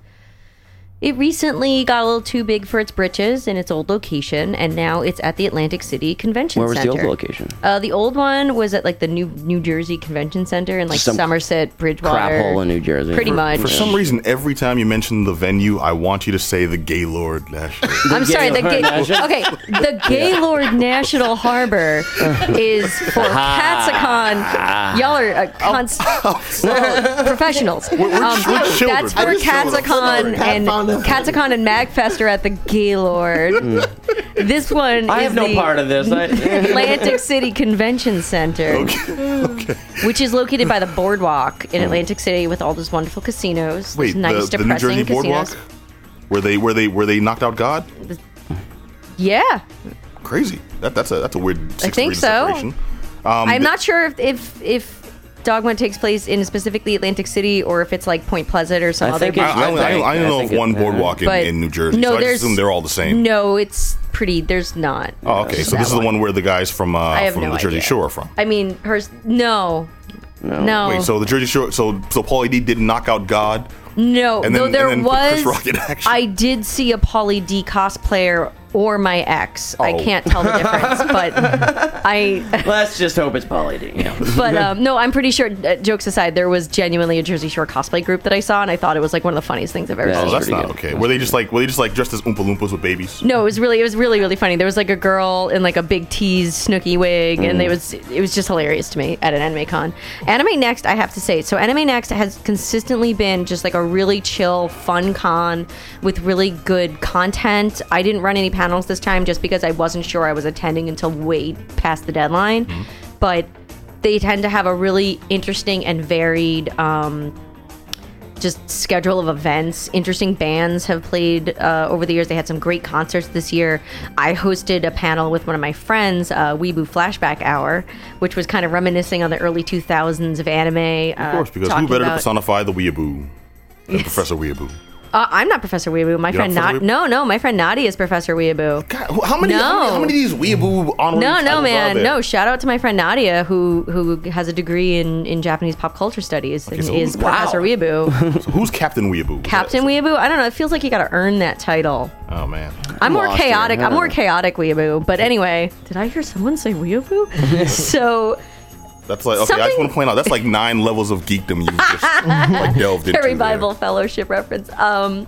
Speaker 3: It recently got a little too big for its britches in its old location, and now it's at the Atlantic City Convention
Speaker 5: Where was
Speaker 3: Center.
Speaker 5: the old location?
Speaker 3: Uh, the old one was at like the New New Jersey Convention Center in like
Speaker 5: Some
Speaker 3: Somerset, Bridgewater,
Speaker 5: Crap hole in New Jersey.
Speaker 3: Pretty much.
Speaker 6: For some reason, every time you mention the venue, I want you to say the Gaylord National.
Speaker 3: I'm sorry. The
Speaker 5: Gaylord
Speaker 3: gay, okay, the Gaylord National Harbor is for Katsicon. Y'all are uh,
Speaker 5: Oh.
Speaker 3: const- professionals. Um,
Speaker 6: we're- we're children.
Speaker 3: that's where
Speaker 6: We're children.
Speaker 3: Katsicon
Speaker 7: Sorry.
Speaker 3: and
Speaker 7: I found out.
Speaker 3: Katsicon and Magfest are at the Gaylord. this one
Speaker 5: Mm. I
Speaker 3: is
Speaker 5: have no
Speaker 3: the
Speaker 5: part of this. I,
Speaker 3: Atlantic City Convention Center, which is located by the boardwalk in Atlantic City with all those wonderful casinos.
Speaker 6: Wait,
Speaker 3: those nice,
Speaker 6: the, the New
Speaker 3: depressing
Speaker 6: Jersey Boardwalk?
Speaker 3: casinos.
Speaker 6: Where they where they where they knocked out God?
Speaker 3: Yeah,
Speaker 6: Crazy. That, that's a that's a weird. Six
Speaker 3: think
Speaker 6: degree of
Speaker 3: so.
Speaker 6: separation. Um,
Speaker 3: I'm
Speaker 6: th-
Speaker 3: not sure if if if Dogma takes place in specifically Atlantic City or if it's like Point Pleasant or some
Speaker 5: I
Speaker 3: other.
Speaker 5: think
Speaker 3: big-
Speaker 5: it's-
Speaker 6: I, I, only- I, only- I
Speaker 5: I
Speaker 6: only know
Speaker 5: think
Speaker 6: of one
Speaker 5: it- yeah.
Speaker 6: boardwalk in,
Speaker 3: But-
Speaker 6: in New Jersey, so I just
Speaker 3: there's-
Speaker 6: assume they're all the same.
Speaker 3: No, it's pretty. There's not.
Speaker 6: Oh, okay. So
Speaker 3: That
Speaker 6: this is the one where the guys from
Speaker 3: I
Speaker 6: uh,
Speaker 3: have
Speaker 6: from
Speaker 3: no
Speaker 6: the Jersey
Speaker 3: idea.
Speaker 6: Shore are from.
Speaker 3: I mean, pers- no. No.
Speaker 6: Wait, so the Jersey Shore, so so Paulie D didn't knock out God.
Speaker 3: Oh, no.
Speaker 6: and then-
Speaker 3: though
Speaker 6: and
Speaker 3: there
Speaker 6: then put Chris
Speaker 3: was,
Speaker 6: Rock in action.
Speaker 3: I did see a Polly D cosplayer or my ex. I
Speaker 6: Oh.
Speaker 3: can't tell the difference, but I.
Speaker 5: let's just hope it's Polly D. You know.
Speaker 3: But um, no, I'm pretty sure. Uh, jokes aside, there was genuinely a Jersey Shore cosplay group that I saw, and I thought it was like one of the funniest things I've ever
Speaker 5: Yeah.
Speaker 3: seen.
Speaker 6: Oh, that's
Speaker 5: pretty
Speaker 6: not
Speaker 5: good.
Speaker 6: okay. Were they just like were they just like dressed as Oompa Loompas with babies?
Speaker 3: No, it was really, it was really, really funny. There was like a girl in like a big tease snooky wig, and it was, it was just hilarious to me at an anime con. Anime Next, I have to say, so Anime Next has consistently been just like a really chill, fun con with really good content. I didn't run any panels this time just because I wasn't sure I was attending until way past the deadline, but they tend to have a really interesting and varied. Um, just schedule of events. Interesting bands have played uh, over the years. They had some great concerts this year. I hosted a panel with one of my friends, uh, Weeboo Flashback Hour, which was kind of reminiscing on the early 2000s of anime. uh,
Speaker 6: Of course, because who better to personify the Weeaboo than Professor Weeaboo?
Speaker 3: Uh, I'm not Professor Weeboo. My friend
Speaker 6: Professor
Speaker 3: Nat.
Speaker 6: Weeboo?
Speaker 3: No, no, my friend Naughty is Professor Weeboo.
Speaker 6: God, who- how many, how many
Speaker 3: No.
Speaker 6: how many of these Weeaboo honorary
Speaker 3: No,
Speaker 6: titles
Speaker 3: no,
Speaker 6: are
Speaker 3: man.
Speaker 6: there?
Speaker 3: No, shout out to my friend Nadia, who who has a degree in, in Japanese pop culture studies and
Speaker 6: so-
Speaker 3: is
Speaker 6: Wow.
Speaker 3: Professor Weeboo.
Speaker 6: So who's Captain Weeaboo?
Speaker 3: Captain Weeboo? I don't know. It feels like you got to earn that title.
Speaker 6: Oh man.
Speaker 3: I'm more
Speaker 5: lost here.
Speaker 3: chaotic. I'm
Speaker 5: Yeah.
Speaker 3: more chaotic weeaboo. But anyway, did I hear someone say weeaboo? so
Speaker 6: That's like okay. I just
Speaker 3: Something-
Speaker 6: want to point out that's like nine levels of geekdom you just like delved into.
Speaker 3: very
Speaker 6: there.
Speaker 3: Bible fellowship reference. Um,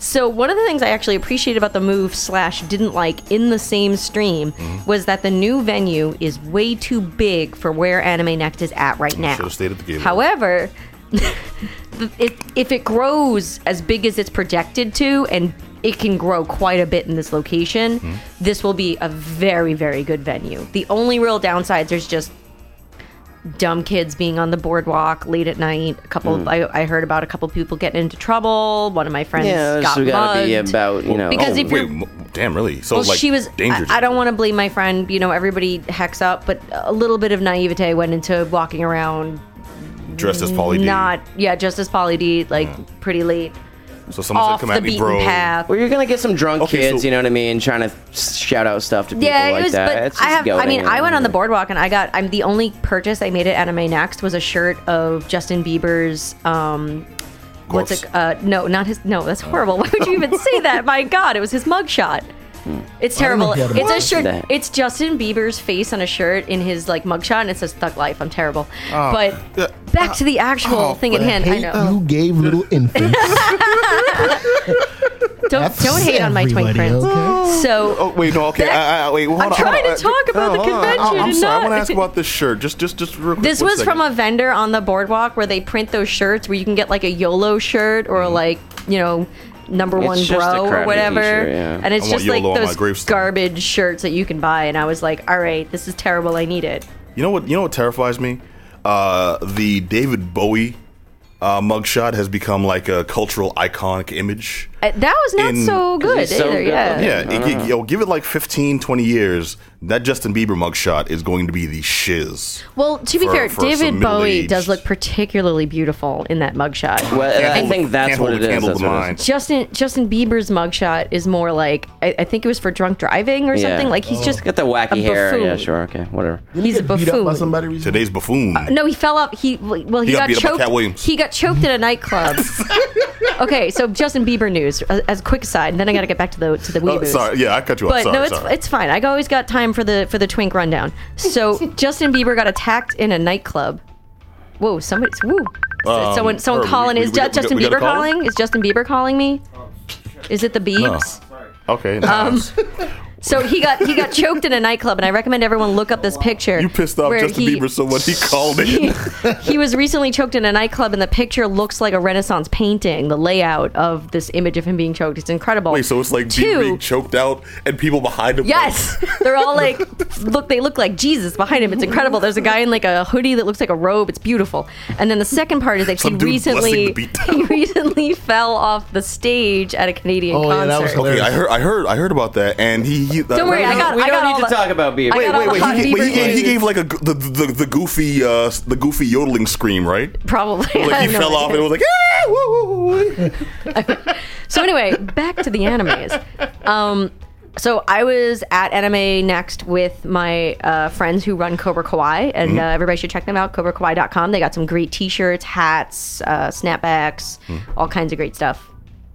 Speaker 3: so one of the things I actually appreciate about the move slash didn't like in the same stream
Speaker 6: Mm-hmm.
Speaker 3: was that the new venue is way too big for where Anime Next is at right now.
Speaker 6: Should've stayed at the Gaylord.
Speaker 3: However, if, if it grows as big as it's projected to, and it can grow quite a bit in this location, this will be a very, very good venue. The only real downsides there's just dumb kids being on the boardwalk late at night. A couple, I, I heard about a couple people getting into trouble. One of my friends
Speaker 5: Yeah, this
Speaker 3: got
Speaker 5: has got to be
Speaker 3: mugged.
Speaker 5: about you know.
Speaker 3: Because
Speaker 6: Oh,
Speaker 3: if
Speaker 6: wait,
Speaker 3: you're-
Speaker 6: m- damn, really? So
Speaker 3: well,
Speaker 6: like
Speaker 3: she was.
Speaker 6: danger.
Speaker 3: I, I don't want to blame my friend. You know, everybody hacks up, but a little bit of naivete went into walking around
Speaker 6: dressed as Pauly D.
Speaker 3: not yeah just as Polly D like pretty late
Speaker 6: so someone
Speaker 3: off
Speaker 6: said, "Come
Speaker 3: the
Speaker 6: at me,
Speaker 3: beaten
Speaker 6: bro."
Speaker 3: path.
Speaker 5: well, you're gonna get some drunk
Speaker 6: Okay,
Speaker 5: kids,
Speaker 6: so-
Speaker 5: you know what I mean, trying to s- shout out stuff to people
Speaker 3: Yeah,
Speaker 5: like
Speaker 3: it was.
Speaker 5: that. It's
Speaker 3: But I
Speaker 5: just
Speaker 3: have. I
Speaker 5: goading,
Speaker 3: mean,
Speaker 5: you know
Speaker 3: I
Speaker 5: what
Speaker 3: went on the
Speaker 5: mean?
Speaker 3: boardwalk and I got. I'm the only purchase I made at Anime Next was a shirt of Justin Bieber's. Um, what's
Speaker 6: Corpse.
Speaker 3: it? Uh, no, not his. No, that's horrible. Why would you even say that? My God, it was his mugshot. It's terrible.
Speaker 7: if you had a
Speaker 3: It's a
Speaker 7: mugshot.
Speaker 3: shirt.
Speaker 5: That-
Speaker 3: It's Justin Bieber's face on a shirt in his like mugshot, and it says "Thug Life." I'm terrible.
Speaker 7: Oh. Uh,
Speaker 6: Yeah.
Speaker 3: But back to the actual thing at
Speaker 7: The
Speaker 3: hand. I
Speaker 7: Oh, hate
Speaker 3: know.
Speaker 7: you gave little infants.
Speaker 3: Don't don't hate on my twin
Speaker 7: Everybody,
Speaker 3: friends.
Speaker 7: okay?
Speaker 3: So
Speaker 6: Oh wait, no, okay. I, I, wait, hold
Speaker 3: I'm
Speaker 6: on,
Speaker 3: trying
Speaker 6: hold on.
Speaker 3: to talk about
Speaker 6: hold
Speaker 3: the
Speaker 6: on. I-
Speaker 3: convention
Speaker 6: I'm
Speaker 3: and
Speaker 6: sorry. I
Speaker 3: not-
Speaker 6: want to ask about this shirt. Just, just, just real quick.
Speaker 3: This was from a vendor on the boardwalk where they print those shirts where you can get like a YOLO shirt or like, you know, number
Speaker 5: Mm-hmm. It's
Speaker 3: one
Speaker 5: just a
Speaker 3: bro or
Speaker 5: crappy
Speaker 3: whatever.
Speaker 5: t-shirt, yeah.
Speaker 3: And it's
Speaker 6: I want
Speaker 3: just like
Speaker 6: YOLO on my
Speaker 3: those
Speaker 6: gravestone.
Speaker 3: garbage shirts that you can buy. And I was like, all right, this is terrible. I need it.
Speaker 6: You know what? You know what terrifies me? Uh, the David Bowie uh, mugshot has become like a cultural iconic image.
Speaker 3: Uh, That was not
Speaker 6: In-
Speaker 3: so good
Speaker 5: It's so
Speaker 3: either.
Speaker 5: good.
Speaker 3: yeah.
Speaker 6: Yeah, it, it, yo, give it like 15, 20 years. That Justin Bieber mugshot is going to be the shiz.
Speaker 3: Well, to be
Speaker 6: For-
Speaker 3: fair,
Speaker 6: for some
Speaker 3: David Bowie
Speaker 6: middle-aged-
Speaker 3: does look particularly beautiful in that mugshot.
Speaker 5: Well,
Speaker 6: Can't
Speaker 5: I
Speaker 6: hold-
Speaker 5: think that's
Speaker 6: can't
Speaker 5: what
Speaker 6: hold
Speaker 5: it
Speaker 6: a
Speaker 5: is.
Speaker 6: candle
Speaker 5: That's
Speaker 6: to
Speaker 5: what it is.
Speaker 6: mine.
Speaker 3: Justin Justin Bieber's mugshot is more like I, I think it was for drunk driving or
Speaker 5: Yeah. Oh.
Speaker 3: something. Like he's just
Speaker 5: Got the
Speaker 3: a
Speaker 5: wacky hair. Yeah,
Speaker 3: buffoon.
Speaker 5: sure. Okay, whatever.
Speaker 3: He's a
Speaker 7: Get beat up by
Speaker 3: buffoon.
Speaker 7: somebody recently.
Speaker 6: Today's buffoon.
Speaker 3: No, he fell up. He well, he,
Speaker 6: He got
Speaker 3: got,
Speaker 6: beat up by
Speaker 3: choked.
Speaker 6: Cat Williams.
Speaker 3: He got choked at a nightclub. okay, so Justin Bieber news. always as, as a quick aside. And then I got to get back to the to the
Speaker 6: Oh,
Speaker 3: weeaboos.
Speaker 6: sorry, yeah, I cut you off.
Speaker 3: But
Speaker 6: sorry,
Speaker 3: no, it's
Speaker 6: sorry.
Speaker 3: it's fine. I always got time for the for the twink rundown. So Justin Bieber got attacked in a nightclub. Whoa, somebody's woo. So-
Speaker 6: Um,
Speaker 3: someone someone
Speaker 6: Herb,
Speaker 3: calling
Speaker 6: we-
Speaker 3: is
Speaker 6: we-
Speaker 3: Ju-
Speaker 6: we- we-
Speaker 3: Justin
Speaker 6: we got a
Speaker 3: Bieber
Speaker 6: call?
Speaker 3: calling? Is Justin Bieber calling me? Is it the Biebs?
Speaker 6: okay.
Speaker 3: Um,
Speaker 6: nah.
Speaker 3: So he got he got choked in a nightclub, and I recommend everyone look up this picture.
Speaker 6: you pissed off
Speaker 3: where
Speaker 6: Justin
Speaker 3: he-
Speaker 6: Bieber so much he called it.
Speaker 3: he, he was recently choked in a nightclub, and the picture looks like a Renaissance painting. The layout of this image of him being choked, it's incredible.
Speaker 6: Wait, so it's like Bieber
Speaker 3: two.
Speaker 6: being choked out and people behind him.
Speaker 3: Yes, they're all like, look, they look like Jesus behind him. It's incredible. There's a guy in like a hoodie that looks like a robe. It's beautiful. And then the second part is that he
Speaker 6: Some dude
Speaker 3: recently
Speaker 6: blessing the beat.
Speaker 3: he recently fell off the stage at a Canadian
Speaker 7: Oh,
Speaker 3: concert.
Speaker 7: yeah, that was
Speaker 6: Okay, I heard, I heard, I heard about that, and he. he
Speaker 3: Don't worry, I got.
Speaker 5: we
Speaker 3: I
Speaker 5: don't
Speaker 3: got
Speaker 5: need
Speaker 3: all
Speaker 5: to
Speaker 3: the-
Speaker 5: talk about Bieber.
Speaker 3: I
Speaker 5: Wait,
Speaker 3: got all
Speaker 6: Wait,
Speaker 3: the
Speaker 6: wait,
Speaker 3: hot
Speaker 6: he,
Speaker 3: Bieber
Speaker 6: wait, he, gave, he
Speaker 3: news.
Speaker 6: gave like a g- the, the, the goofy uh, s- the goofy yodeling scream, right?
Speaker 3: probably. I
Speaker 6: Oh, Like
Speaker 3: have
Speaker 6: he
Speaker 3: no
Speaker 6: fell
Speaker 3: idea.
Speaker 6: off and it was like, "Ah, woo, woo, woo."
Speaker 3: So anyway, back to the animes. Um, so I was at Anime Next with my uh, friends who run Cobra Kawaii,
Speaker 6: Mm-hmm.
Speaker 3: and uh, everybody should check them out. CobraKawaii.com. They got some great T-shirts, hats, uh, snapbacks,
Speaker 6: Mm.
Speaker 3: all kinds of great stuff.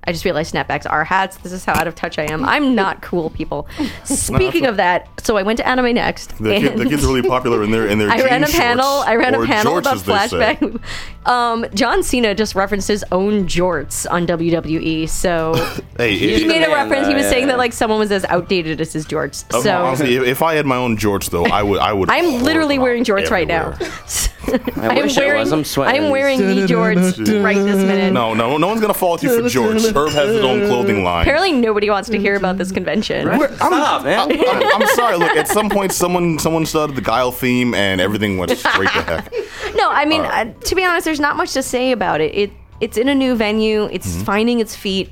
Speaker 3: I just realized snapbacks are hats. This is how out of touch I am. I'm not cool, people. Speaking of that, so I went to Anime Next.
Speaker 6: The, kid, the
Speaker 3: and-
Speaker 6: kids are really popular in their in their.
Speaker 3: I ran a
Speaker 6: jean
Speaker 3: panel.
Speaker 6: shorts,
Speaker 3: I ran a
Speaker 6: or
Speaker 3: panel
Speaker 6: jorts,
Speaker 3: about
Speaker 6: as they say.
Speaker 3: flashback. Um, John Cena just referenced his own jorts on WWE, so
Speaker 6: Hey,
Speaker 3: he
Speaker 6: it,
Speaker 3: made a
Speaker 5: man,
Speaker 3: reference. He was
Speaker 5: though,
Speaker 6: yeah.
Speaker 3: saying that like someone was as outdated as his jorts.
Speaker 6: Um,
Speaker 3: So
Speaker 6: honestly, if, if I had my own jorts, though, I would. I would.
Speaker 3: I'm
Speaker 6: hoard
Speaker 3: literally
Speaker 6: them
Speaker 3: wearing jorts right now.
Speaker 6: everywhere.
Speaker 5: I
Speaker 3: I'm
Speaker 5: wish I
Speaker 3: wearing
Speaker 5: was. I'm sweating.
Speaker 3: I'm wearing knee jorts right this minute.
Speaker 6: No, no, no one's gonna fall at you for jorts. Herb has his own clothing line.
Speaker 3: Apparently nobody wants to hear about this convention. um,
Speaker 5: Stop, man.
Speaker 6: I'm, I'm sorry. Look, at some point, someone someone started the guile theme, and everything went straight to heck.
Speaker 3: No, I mean uh, to be honest, there's not much to say about it. It it's in a new venue. It's
Speaker 5: Mm-hmm.
Speaker 3: finding its feet.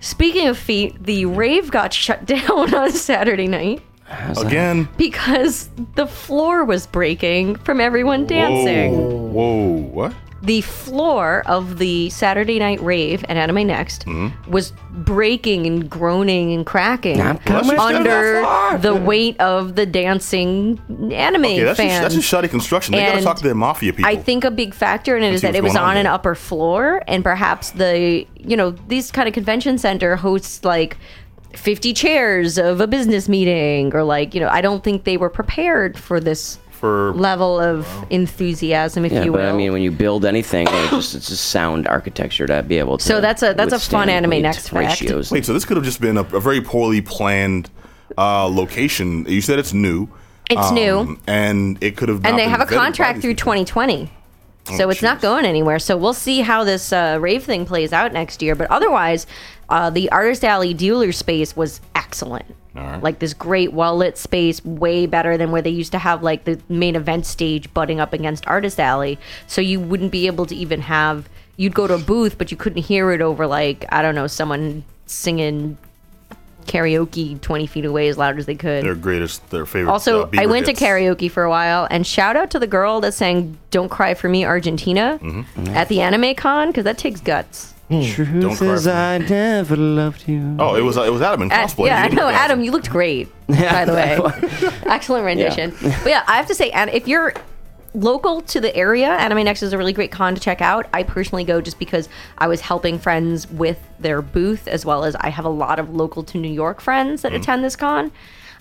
Speaker 3: Speaking of feet, the rave got shut down on Saturday night.
Speaker 6: Again.
Speaker 3: because the floor was breaking from everyone dancing.
Speaker 6: Whoa, whoa, what?
Speaker 3: The floor of the Saturday night rave at Anime Next
Speaker 6: Mm-hmm.
Speaker 3: was breaking and groaning and cracking
Speaker 5: Not coming
Speaker 3: under the weight of the dancing anime
Speaker 6: Yeah, that's just,
Speaker 3: fans.
Speaker 6: that's just shoddy construction. They gotta
Speaker 3: And
Speaker 6: talk to their mafia people.
Speaker 3: I think a big factor in it is
Speaker 6: see
Speaker 3: that it
Speaker 6: what's
Speaker 3: was
Speaker 6: going
Speaker 3: on
Speaker 6: on
Speaker 3: an
Speaker 6: there.
Speaker 3: upper floor, and perhaps the you know these kind of convention center hosts like. 50 chairs of a business meeting or like you know i don't think they were prepared for this
Speaker 6: for
Speaker 3: level of enthusiasm, if
Speaker 5: Yeah,
Speaker 3: you
Speaker 5: but
Speaker 3: will.
Speaker 5: I mean, when you build anything, it's just, it's just sound architecture to be able to.
Speaker 3: So that's a- that's a fun
Speaker 5: withstand
Speaker 3: anime
Speaker 5: weight
Speaker 3: next fact.
Speaker 5: ratios.
Speaker 6: wait, so this could have just been a, a very poorly planned uh, location. You said it's new. Um,
Speaker 3: It's new.
Speaker 6: and it could have.
Speaker 3: and
Speaker 6: not
Speaker 3: they
Speaker 6: been
Speaker 3: have a
Speaker 6: vetted by
Speaker 3: contract
Speaker 6: these
Speaker 3: through
Speaker 6: people.
Speaker 3: 2020. So it's not going anywhere. So we'll see how this uh, rave thing plays out next year. But otherwise, uh, the Artist Alley dealer space was excellent. Like this great, well lit space, way better than where they used to have like the main event stage butting up against Artist Alley. So you wouldn't be able to even have. You'd go to a booth, but you couldn't hear it over like I don't know someone singing karaoke 20 feet away as loud as they could.
Speaker 6: Their greatest, their favorite.
Speaker 3: Also,
Speaker 6: uh,
Speaker 3: I
Speaker 6: Bieber
Speaker 3: went
Speaker 6: hits.
Speaker 3: to karaoke for a while, and shout out to the girl that sang "Don't Cry for Me, Argentina"
Speaker 6: Mm-hmm.
Speaker 3: at the Anime Con because that takes guts.
Speaker 6: Don't cry. for me.
Speaker 5: I never loved you.
Speaker 6: Oh, it was it was Adam in
Speaker 3: Ad-
Speaker 6: cosplay.
Speaker 3: Uh, yeah, I
Speaker 6: He
Speaker 3: know,
Speaker 6: looked awesome.
Speaker 3: Adam, you looked great. By the way, excellent rendition. But yeah, I have to say, and if you're local to the area, Anime Next is a really great con to check out. I personally go just because I was helping friends with their booth, as well as I have a lot of local to New York friends
Speaker 6: Mm-hmm.
Speaker 3: that attend this con.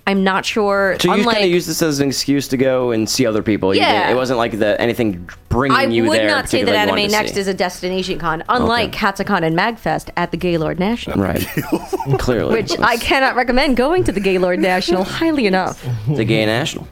Speaker 3: I'm not sure.
Speaker 5: So you
Speaker 3: unlike,
Speaker 5: kind of used this as an excuse to go and see other people. You
Speaker 3: Yeah.
Speaker 5: didn't- it wasn't like the anything bringing
Speaker 3: I
Speaker 5: you
Speaker 3: would
Speaker 5: there.
Speaker 3: not say
Speaker 5: particularly
Speaker 3: that
Speaker 5: you
Speaker 3: Anime
Speaker 5: wanted to
Speaker 3: Next
Speaker 5: see.
Speaker 3: is a destination con, unlike Katsukon and Magfest at the Gaylord National,
Speaker 5: right. Clearly,
Speaker 3: which I cannot recommend going to the Gaylord National highly enough.
Speaker 5: the gay national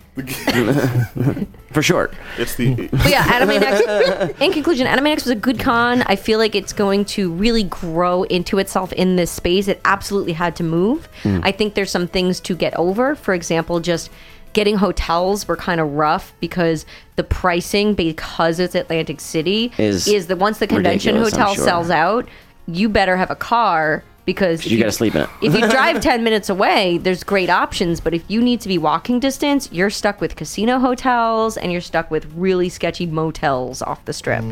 Speaker 5: for short.
Speaker 6: It's the
Speaker 3: But yeah, Anime Next. In conclusion, Anime Next was a good con. I feel like it's going to really grow into itself in this space. It absolutely had to move.
Speaker 5: Hmm.
Speaker 3: I think there's some things to get over. For example, just getting hotels were kind of rough because the pricing, because it's Atlantic City,
Speaker 5: Is
Speaker 3: is that once the convention
Speaker 5: ridiculous, I'm
Speaker 3: hotel
Speaker 5: sure.
Speaker 3: sells out, you better have a car. Because if
Speaker 5: You gotta sleep in it.
Speaker 3: if you drive 10 minutes away, there's great options, but if you need to be walking distance, you're stuck with casino hotels and you're stuck with really sketchy motels off the strip.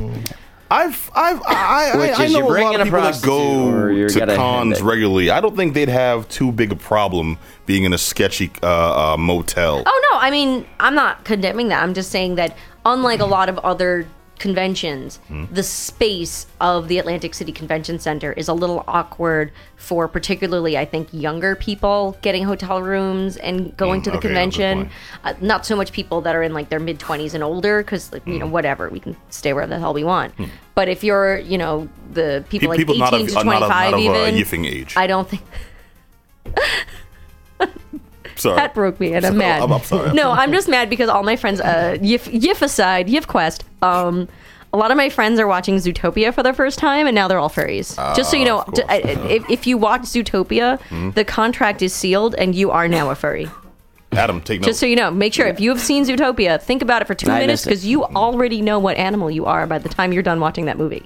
Speaker 6: I've I've I, I,
Speaker 5: Which
Speaker 6: I
Speaker 5: is you
Speaker 6: know a
Speaker 5: bring
Speaker 6: lot
Speaker 5: in
Speaker 6: of
Speaker 5: a
Speaker 6: people that
Speaker 5: prostitute or
Speaker 6: go
Speaker 5: you're
Speaker 6: to
Speaker 5: gonna have
Speaker 6: cons
Speaker 5: it.
Speaker 6: regularly. I don't think they'd have too big a problem being in a sketchy uh, uh, motel.
Speaker 3: Oh no, I mean, I'm not condemning that. I'm just saying that unlike a lot of other conventions,
Speaker 6: Hmm.
Speaker 3: the space of the Atlantic City Convention Center is a little awkward for particularly, I think, younger people getting hotel rooms and going
Speaker 6: Mm,
Speaker 3: to the
Speaker 6: okay, that's a good
Speaker 3: convention.
Speaker 6: point.
Speaker 3: Uh, not so much people that are in like their mid 20s and older, because, like,
Speaker 6: Hmm.
Speaker 3: you know, whatever, we can stay wherever the hell we want. But if you're, you know, the people like 18
Speaker 6: not of,
Speaker 3: to
Speaker 6: not of,
Speaker 3: 25
Speaker 6: not of uh,
Speaker 3: even,
Speaker 6: yiffing age.
Speaker 3: I don't think
Speaker 6: sorry.
Speaker 3: that broke me, and I'm mad.
Speaker 6: I'm, I'm sorry.
Speaker 3: no, I'm just mad because all my friends, uh, Yif, Yif aside, Yif Quest, um, a lot of my friends are watching Zootopia for the first time, and now they're all furries. just so you know,
Speaker 6: Ah, of
Speaker 3: d- I-
Speaker 6: course. Hmm?
Speaker 3: if, if you watch Zootopia, the contract is sealed, and you are now a furry.
Speaker 6: Adam, take note.
Speaker 3: Just so you know, make sure if you have seen Zootopia, think about it for two
Speaker 5: I missed
Speaker 3: minutes
Speaker 5: it.
Speaker 3: because you already know what animal you are by the time you're done watching that movie.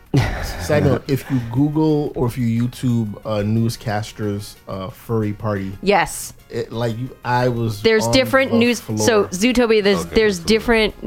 Speaker 7: Side note: If you Google or if you YouTube uh, newscasters uh, furry party,
Speaker 3: Yes,
Speaker 7: it, like you, I was.
Speaker 3: there's
Speaker 7: on
Speaker 3: different
Speaker 7: the
Speaker 3: news. So
Speaker 7: floor.
Speaker 3: Zootopia, there's
Speaker 6: Okay,
Speaker 3: there's
Speaker 6: cool.
Speaker 3: different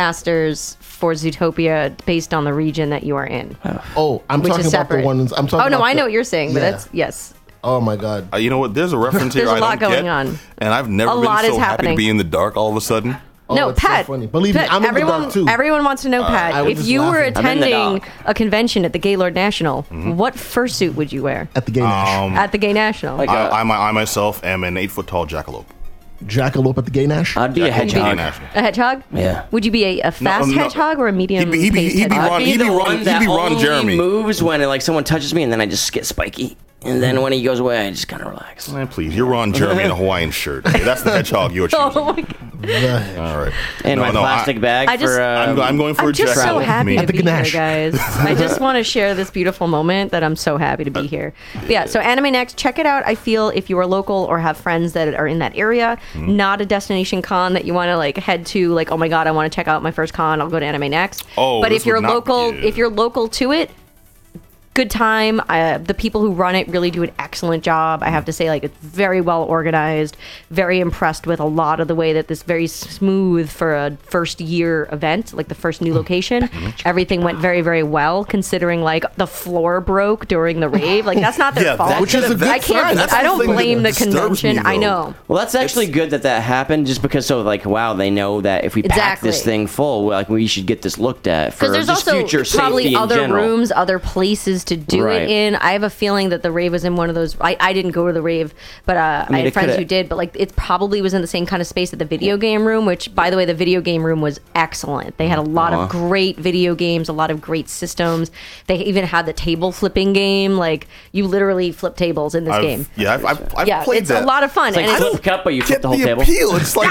Speaker 3: newscasters for Zootopia based on the region that you are in.
Speaker 7: oh, I'm
Speaker 3: which
Speaker 7: talking
Speaker 3: is
Speaker 7: about
Speaker 3: separate.
Speaker 7: the ones. I'm talking.
Speaker 3: oh no,
Speaker 7: about
Speaker 3: I
Speaker 7: the-
Speaker 3: know what you're saying, but
Speaker 7: Yeah.
Speaker 3: that's yes.
Speaker 7: Oh my god.
Speaker 6: Uh, you know what? There's a reference here
Speaker 3: There's a
Speaker 6: I
Speaker 3: lot
Speaker 6: don't
Speaker 3: going
Speaker 6: get,
Speaker 3: on.
Speaker 6: and I've never
Speaker 3: A
Speaker 6: been
Speaker 3: lot
Speaker 6: so
Speaker 3: is
Speaker 6: happy
Speaker 3: happening.
Speaker 6: to be in the dark all of a sudden.
Speaker 3: no,
Speaker 7: it's Oh, so
Speaker 3: Pat.
Speaker 7: funny. Believe me,
Speaker 3: Pat,
Speaker 7: I'm in the
Speaker 3: everyone,
Speaker 7: dark, too.
Speaker 3: everyone wants to know,
Speaker 7: I
Speaker 3: Pat,
Speaker 7: was
Speaker 3: if
Speaker 7: just
Speaker 3: you were
Speaker 7: laughing.
Speaker 5: I'm in the
Speaker 3: attending
Speaker 5: dark.
Speaker 3: a convention at the Gaylord National, what fursuit would you wear
Speaker 7: At the gay nash.
Speaker 6: Um,
Speaker 3: at the Gay National?
Speaker 5: Like
Speaker 6: I,
Speaker 5: a,
Speaker 6: I, my, I myself am an eight foot tall jackalope.
Speaker 7: Jackalope at the gay nash.
Speaker 5: I'd be a
Speaker 6: Jackalope
Speaker 5: hedgehog.
Speaker 6: National.
Speaker 3: a hedgehog?
Speaker 5: Yeah.
Speaker 3: Would you be a, a fast
Speaker 6: no.
Speaker 3: hedgehog or a
Speaker 6: He'd
Speaker 3: medium?
Speaker 6: be- he'd be-
Speaker 3: paced
Speaker 6: he'd be Ron-
Speaker 3: hedgehog?
Speaker 5: I'd be
Speaker 6: he'd be
Speaker 5: the
Speaker 6: Ron-
Speaker 5: one
Speaker 6: he'd
Speaker 5: that
Speaker 6: be Ron
Speaker 5: only
Speaker 6: Jeremy.
Speaker 5: moves when like someone touches me, and then I just get spiky, and then when he goes away, I just kind of relax.
Speaker 6: Man, Eh, please, you're Ron Jeremy in a Hawaiian shirt. Okay, that's the hedgehog you're choosing.
Speaker 3: Oh my
Speaker 7: The-
Speaker 6: All right.
Speaker 5: And my plastic
Speaker 6: I,
Speaker 5: bag
Speaker 3: I just-
Speaker 5: for. Uh,
Speaker 6: I'm, I'm going for a
Speaker 3: I'm just
Speaker 6: jackalope.
Speaker 3: so happy
Speaker 6: Me.
Speaker 3: to
Speaker 7: the
Speaker 3: be here,
Speaker 7: ganache.
Speaker 3: guys. I just want to share this beautiful moment that I'm so happy to
Speaker 6: Uh,
Speaker 3: be here. But yeah, so Anime Next, check it out. I feel if you are local or have friends that are in that area,
Speaker 6: Mm-hmm.
Speaker 3: not a destination con that you want to like head to, like oh my god, I want to check out my first con, I'll go to Anime Next.
Speaker 6: Oh,
Speaker 3: but
Speaker 6: this
Speaker 3: if you're
Speaker 6: would not-
Speaker 3: local,
Speaker 6: yeah.
Speaker 3: if you're local to it. Good time. Uh, the people who run it really do an excellent job. I have to say, like it's very well organized. Very impressed with a lot of the way that this very smooth for a first year event, like the first new location. Everything went very very well considering like the floor broke during the rave. Like that's not their
Speaker 6: Yeah,
Speaker 3: fault.
Speaker 6: that-
Speaker 7: Which is a good
Speaker 3: I can't.
Speaker 7: sign. That's
Speaker 3: I
Speaker 7: the
Speaker 3: don't
Speaker 7: thing that
Speaker 3: blame the
Speaker 6: disturbs me,
Speaker 3: convention. I
Speaker 6: though.
Speaker 3: know.
Speaker 5: well, that's actually good that that happened, just because so like wow, they know that if we pack
Speaker 3: Exactly.
Speaker 5: this thing full, well, like we should get this looked at for
Speaker 3: because there's
Speaker 5: just
Speaker 3: also
Speaker 5: future safety
Speaker 3: probably
Speaker 5: in
Speaker 3: other
Speaker 5: general.
Speaker 3: rooms, other places to do
Speaker 5: Right.
Speaker 3: it in. I have a feeling that the rave was in one of those. I, I didn't go to the rave, but uh, I,
Speaker 5: mean, it
Speaker 3: had friends
Speaker 5: coulda-
Speaker 3: who did. But like, it probably was in the same kind of space at the video game room. Which, by the way, the video game room was excellent. They had a lot
Speaker 5: Aw.
Speaker 3: of great video games, a lot of great systems. They even had the table flipping game. Like you literally flip tables in this
Speaker 6: I've,
Speaker 3: game.
Speaker 6: Yeah, I've, I've, I've
Speaker 3: Yeah,
Speaker 6: played
Speaker 3: it's
Speaker 6: that.
Speaker 3: a lot of fun.
Speaker 5: It's like
Speaker 3: and
Speaker 5: flip cup, but you flip
Speaker 6: Get
Speaker 5: the whole
Speaker 6: the
Speaker 5: table.
Speaker 6: appeal. It's like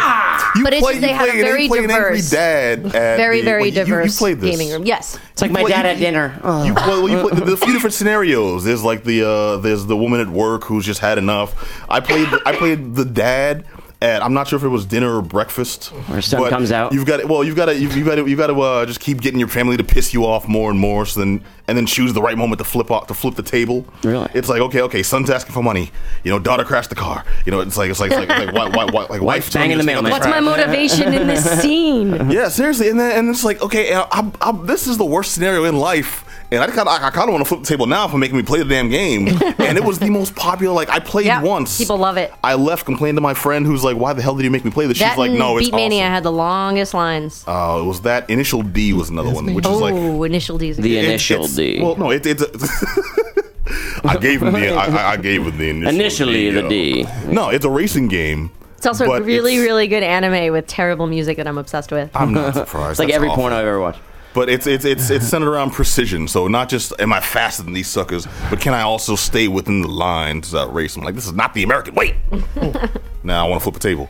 Speaker 6: you
Speaker 3: But it's
Speaker 6: play,
Speaker 3: just they
Speaker 6: you
Speaker 3: had a
Speaker 6: play, an-
Speaker 3: very
Speaker 6: you play an angry
Speaker 3: diverse-
Speaker 6: dad. At
Speaker 3: very,
Speaker 6: the,
Speaker 3: very
Speaker 6: well, you- you, you
Speaker 3: diverse
Speaker 6: played this.
Speaker 3: gaming room. Yes.
Speaker 5: It's like my
Speaker 6: Well, you-
Speaker 5: dad at dinner. Oh.
Speaker 6: You, well, you play, there's a few different scenarios. There's like the uh, there's the woman at work who's just had enough. I played I played the dad at I'm not sure if it was dinner or breakfast.
Speaker 5: Or sun
Speaker 6: but
Speaker 5: comes out.
Speaker 6: You've got to, well, you've got to you've, you've got to you've got to uh, just keep getting your family to piss you off more and more. So then and then choose the right moment to flip off to flip the table.
Speaker 5: Really?
Speaker 6: It's like okay, okay, son's asking for money. You know, daughter crashed the car. You know, it's like it's like it's like, it's like why why why like wife telling
Speaker 5: banging
Speaker 6: you to
Speaker 5: the
Speaker 6: take out
Speaker 5: mailman.
Speaker 3: What's my motivation in this scene?
Speaker 6: yeah, seriously, and then and it's like, okay, I, I, I, this is the worst scenario in life, and I kind of I, kind of want to flip the table now for making me play the damn game. and it was the most popular. Like I played
Speaker 3: Yeah,
Speaker 6: once,
Speaker 3: people love it.
Speaker 6: I left, complained to my friend who's like, "Why the hell did you make me play this?"
Speaker 3: That
Speaker 6: She's like,
Speaker 3: and
Speaker 6: "No, it's
Speaker 3: Beat Mania
Speaker 6: awesome."
Speaker 3: had the longest lines.
Speaker 6: Uh, it was that initial D was another one, which is
Speaker 3: oh,
Speaker 6: like
Speaker 3: initial D's.
Speaker 5: The
Speaker 6: it-
Speaker 5: initial
Speaker 6: it's-
Speaker 5: D.
Speaker 6: Well, no, it, it's. A, I gave him the I, I- I gave him the initial
Speaker 5: Initially, the
Speaker 6: yo.
Speaker 5: D.
Speaker 6: No, it's a racing game.
Speaker 3: it's also a
Speaker 6: but
Speaker 3: really,
Speaker 6: it's-
Speaker 3: really good anime with terrible music that I'm obsessed with.
Speaker 6: I'm not surprised.
Speaker 5: It's like every porn I've ever watched.
Speaker 6: But it's it's it's it's centered around precision. So not just am I faster than these suckers, but can I also stay within the lines that I race? I'm like, this is not the American way. now I want to flip a table.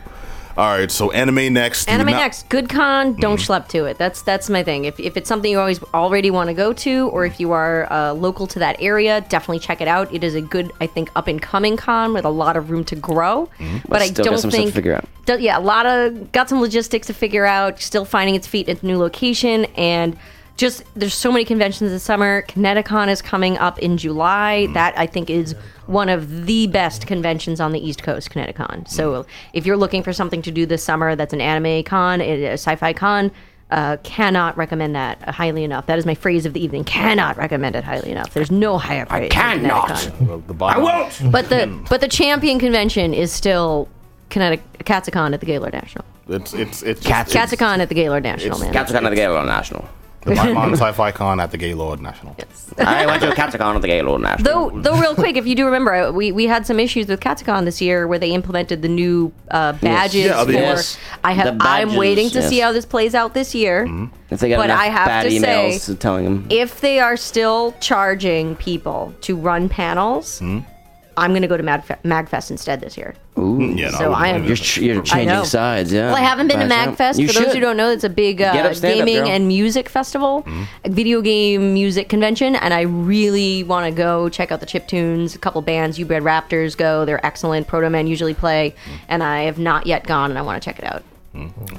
Speaker 6: All right, so anime next. You
Speaker 3: Anime
Speaker 6: not- Mm.
Speaker 3: next, good con. Don't schlep to it. That's that's my thing. If, if it's something you always already want to go to, or if you are uh, local to that area, definitely check it out. It is a good, I think, up and coming con with a lot of room to grow.
Speaker 6: Mm-hmm.
Speaker 3: But I
Speaker 5: still got
Speaker 3: don't
Speaker 5: some stuff to
Speaker 3: think
Speaker 5: figure out.
Speaker 3: do- yeah, a lot of got some logistics to figure out. Still finding its feet at new location and. Just there's so many conventions this summer. Kineticon is coming up in July. That I think is one of the best conventions on the East Coast, Kineticon. So if you're looking for something to do this summer, that's an anime con, a a sci-fi con. Uh, cannot recommend that highly enough. That is my phrase of the evening. Cannot recommend it highly enough. There's no higher praise. than
Speaker 5: cannot.
Speaker 3: Kineticon
Speaker 6: The bottom. I won't.
Speaker 3: but the
Speaker 5: Hmm.
Speaker 3: but the champion convention is still Kinetic Katsicon at the Gaylord National.
Speaker 6: It's it's it's
Speaker 5: Cats-
Speaker 6: it's-
Speaker 3: Katsicon at the Gaylord National, man.
Speaker 5: Cats are kind of the game on national.
Speaker 6: The Paimon Sci-Fi Con at the Gaylord National.
Speaker 5: I went to a Catacon at the Gaylord National.
Speaker 3: Though, though, real quick, if you do remember, I, we, we had some issues with Katakon this year where they implemented the new uh, badges.
Speaker 6: Yeah,
Speaker 3: for,
Speaker 6: the-
Speaker 5: Yes.
Speaker 3: I have.
Speaker 5: The
Speaker 3: I'm
Speaker 5: badges,
Speaker 3: waiting to see
Speaker 5: yes. Mm-hmm.
Speaker 3: how this plays out this year.
Speaker 5: if they got
Speaker 3: but
Speaker 5: enough
Speaker 3: I have
Speaker 5: bad
Speaker 3: to
Speaker 5: emails
Speaker 3: say-
Speaker 5: telling them
Speaker 3: If they are still charging people to run panels,
Speaker 5: Mm-hmm.
Speaker 3: I'm going to go to Magfe- Magfest instead this year.
Speaker 6: Yeah, no,
Speaker 3: So
Speaker 6: wouldn't
Speaker 3: I am-
Speaker 6: believe it.
Speaker 5: you're, ch- you're
Speaker 3: know.
Speaker 5: changing sides. Yeah.
Speaker 3: Well, I haven't been to
Speaker 5: Back Um, out.
Speaker 3: MagFest.
Speaker 5: You
Speaker 3: For
Speaker 5: should.
Speaker 3: those who don't know, it's a big
Speaker 5: Get
Speaker 3: uh,
Speaker 5: up, stand up,
Speaker 3: gaming
Speaker 5: girl. Mm-hmm.
Speaker 3: and music festival, a video game music convention, and I really want to go check out the chip tunes. A couple bands, Ubred Raptors, go. They're excellent. Proto Man usually play,
Speaker 5: Mm-hmm.
Speaker 3: and I have not yet gone, and I want to check it out.